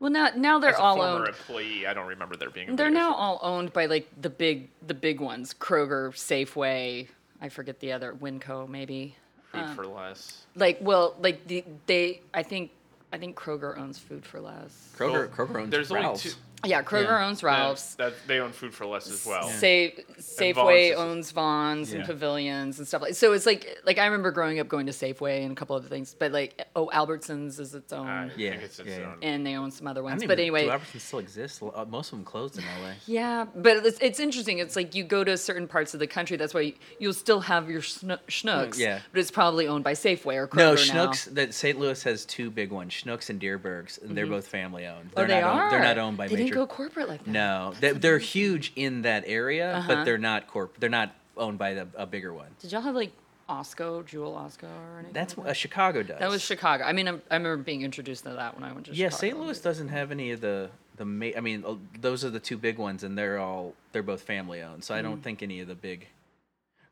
C: Well, now now they're
B: as a
C: all
B: former
C: owned.
B: employee, I don't remember there being. A
C: They're
B: video
C: now
B: store.
C: all owned by like the big the big ones: Kroger, Safeway. I forget the other Winco, maybe.
B: Food for less.
C: Like, well, like the they. I think I think Kroger owns Food for Less.
A: Kroger
B: Well,
A: Kroger owns
B: there's only
A: Ralph's.
B: two-
C: Yeah, Kroger
A: Yeah.
C: owns
B: Yeah,
C: Ralph's.
B: That they own food for less as well.
C: Safe,
B: Vaughn's
C: Safeway
B: is-
C: owns Vaughn's and
A: Yeah.
C: Pavilions and stuff like. So it's like like I remember growing up going to Safeway and a couple other things, but like oh Albertsons is its own,
B: I
A: Uh, Yeah,
B: think it's its
A: yeah, yeah.
B: own.
C: and they own some other
A: I
C: ones.
A: don't
C: But
A: even-
C: anyway,
A: do Albertsons still exist? Uh, Most of them closed in LA.
C: Yeah, but it's, it's interesting. It's like you go to certain parts of the country. That's why you'll still have your schno- Schnucks.
A: Yeah.
C: But it's probably owned by Safeway or Kroger
A: No,
C: now.
A: Schnucks. That St. Louis has two big ones, Schnucks and Deerbergs, and they're both family owned.
C: Oh,
A: They're
C: they
A: not
C: are.
A: Owned, they're not owned by
C: they
A: major.
C: didn't go corporate like that.
A: No, they, they're huge in that area,
C: Uh-huh.
A: but they're not corp. They're not owned by the, a bigger one.
C: Did y'all have like Osco, Jewel Osco, or anything?
A: That's
C: like
A: what uh, Chicago does.
C: that? that was Chicago. I mean, I'm, I remember being introduced to that when I went to.
A: yeah,
C: Chicago.
A: St. Louis doesn't have any of the the. Ma- I mean, uh, those are the two big ones, and they're all they're both family owned. So I don't think any of the big.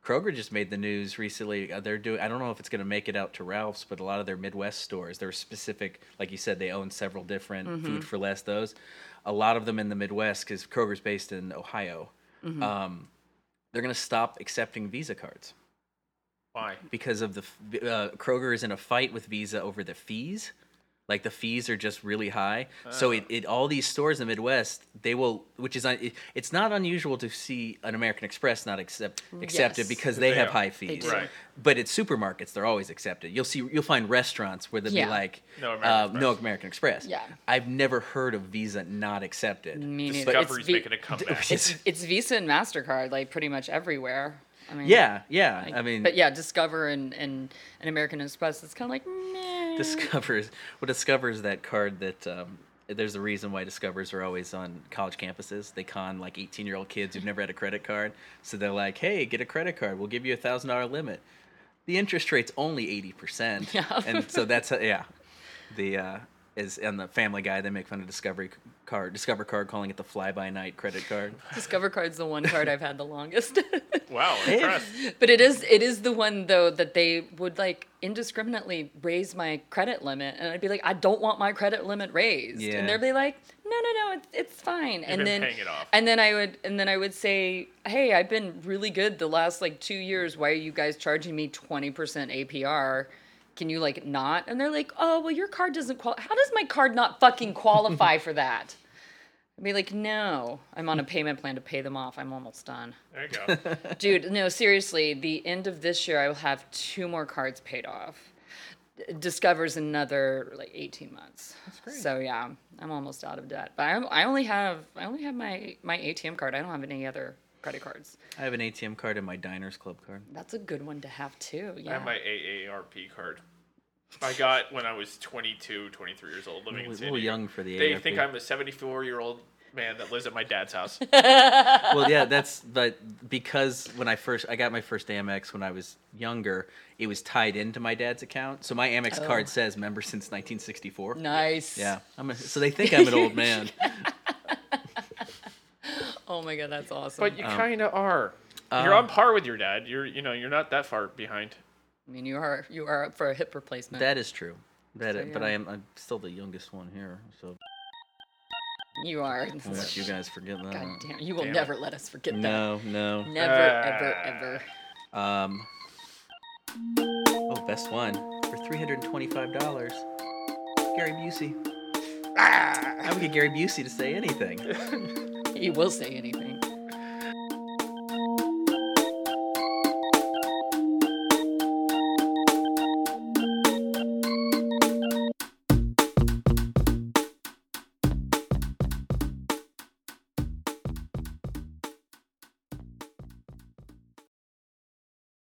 A: Kroger just made the news recently. Uh, They're doing. I don't know if it's going to make it out to Ralph's, but a lot of their Midwest stores, they're specific. Like you said, they own several different food for less. Those, a lot of them in the Midwest, because Kroger's based in Ohio. Um, they're going to stop accepting Visa cards.
B: Why?
A: because of the f- uh, Kroger is in a fight with Visa over the fees. Like the fees are just really high, so
B: Ah.
A: it, it all these stores in the Midwest they will, which is un, it, it's not unusual to see an American Express not accept accepted
C: Mm, Yes.
A: because they,
B: They
A: have
B: are.
A: high
C: They
A: fees.
C: do.
B: Right.
A: But at supermarkets they're always accepted. You'll see you'll find restaurants where they'll
C: Yeah.
A: be like
B: No American
A: uh,
B: Express.
A: no American Express.
C: Yeah.
A: I've never heard of Visa not accepted.
C: Me neither. It's,
B: Discovery's
C: Vi-
B: making a comeback.
C: it's, it's Visa and Mastercard, like pretty much everywhere. I mean,
A: yeah, yeah. I mean,
C: but yeah, Discover and and, and American Express. It's kind of like meh.
A: discovers well discovers that card that um, there's a reason why discovers are always on college campuses they con like 18 year old kids who've never had a credit card so they're like hey get a credit card we'll give you a thousand dollar limit the interest rate's only 80%
C: Yeah.
A: and so that's uh, yeah the uh is on the family guy they make fun of discovery c- card discover card calling it the fly by night credit card
C: Discover card's the one card I've had the longest.
B: wow, impressed.
C: but it is it is the one though that they would like indiscriminately raise my credit limit and I'd be like I don't want my credit limit raised.
A: Yeah.
C: And they'd be like no no no it's, it's fine. and
B: been
C: then
B: paying it off.
C: and then I would and then I would say hey I've been really good the last like 2 years why are you guys charging me 20% APR? can you like not? And they're like, oh, well, your card doesn't qualify. How does my card not fucking qualify for that? I'd be like, no, I'm on a payment plan to pay them off. I'm almost done.
B: There you go.
C: Dude, no, seriously, the end of this year, I will have two more cards paid off. D- Discovers another like 18 months. That's great. So yeah, I'm almost out of debt. But I, I only have I only have my my ATM card. I don't have any other credit cards.
A: I have an ATM card and my Diners Club card.
C: That's a good one to have too.
B: I
C: Yeah.
B: have my AARP card. I got when I was 22, 23 years old, living
A: A
B: in San
A: little
B: Diego.
A: young for the
B: They
A: AARP.
B: think I'm a 74 year old man that lives at my dad's house.
A: well, yeah, that's but because when I first I got my first Amex when I was younger, it was tied into my dad's account. So my Amex
C: Oh.
A: card says member since 1964.
C: Nice.
A: Yeah, I'm a, so they think I'm an old man.
C: Oh my god, that's awesome.
B: But you
A: Um,
B: kind of are. you're on par with your dad. You're you know you're not that far behind.
C: I mean, you are you are up for a hip replacement.
A: That is true. That
C: So,
A: i- but
C: yeah.
A: I am I'm still the youngest one here. So
C: you are.
A: unless you guys forget that.
C: God damn, you will
B: Damn it.
C: never let us forget that.
A: No, no.
C: Never, ever,
B: Ah.
C: ever.
A: Um. Oh, best one for three hundred and twenty-five dollars. Gary
C: Ah!
A: Busey. I would get Gary Busey to say anything.
C: He will say anything.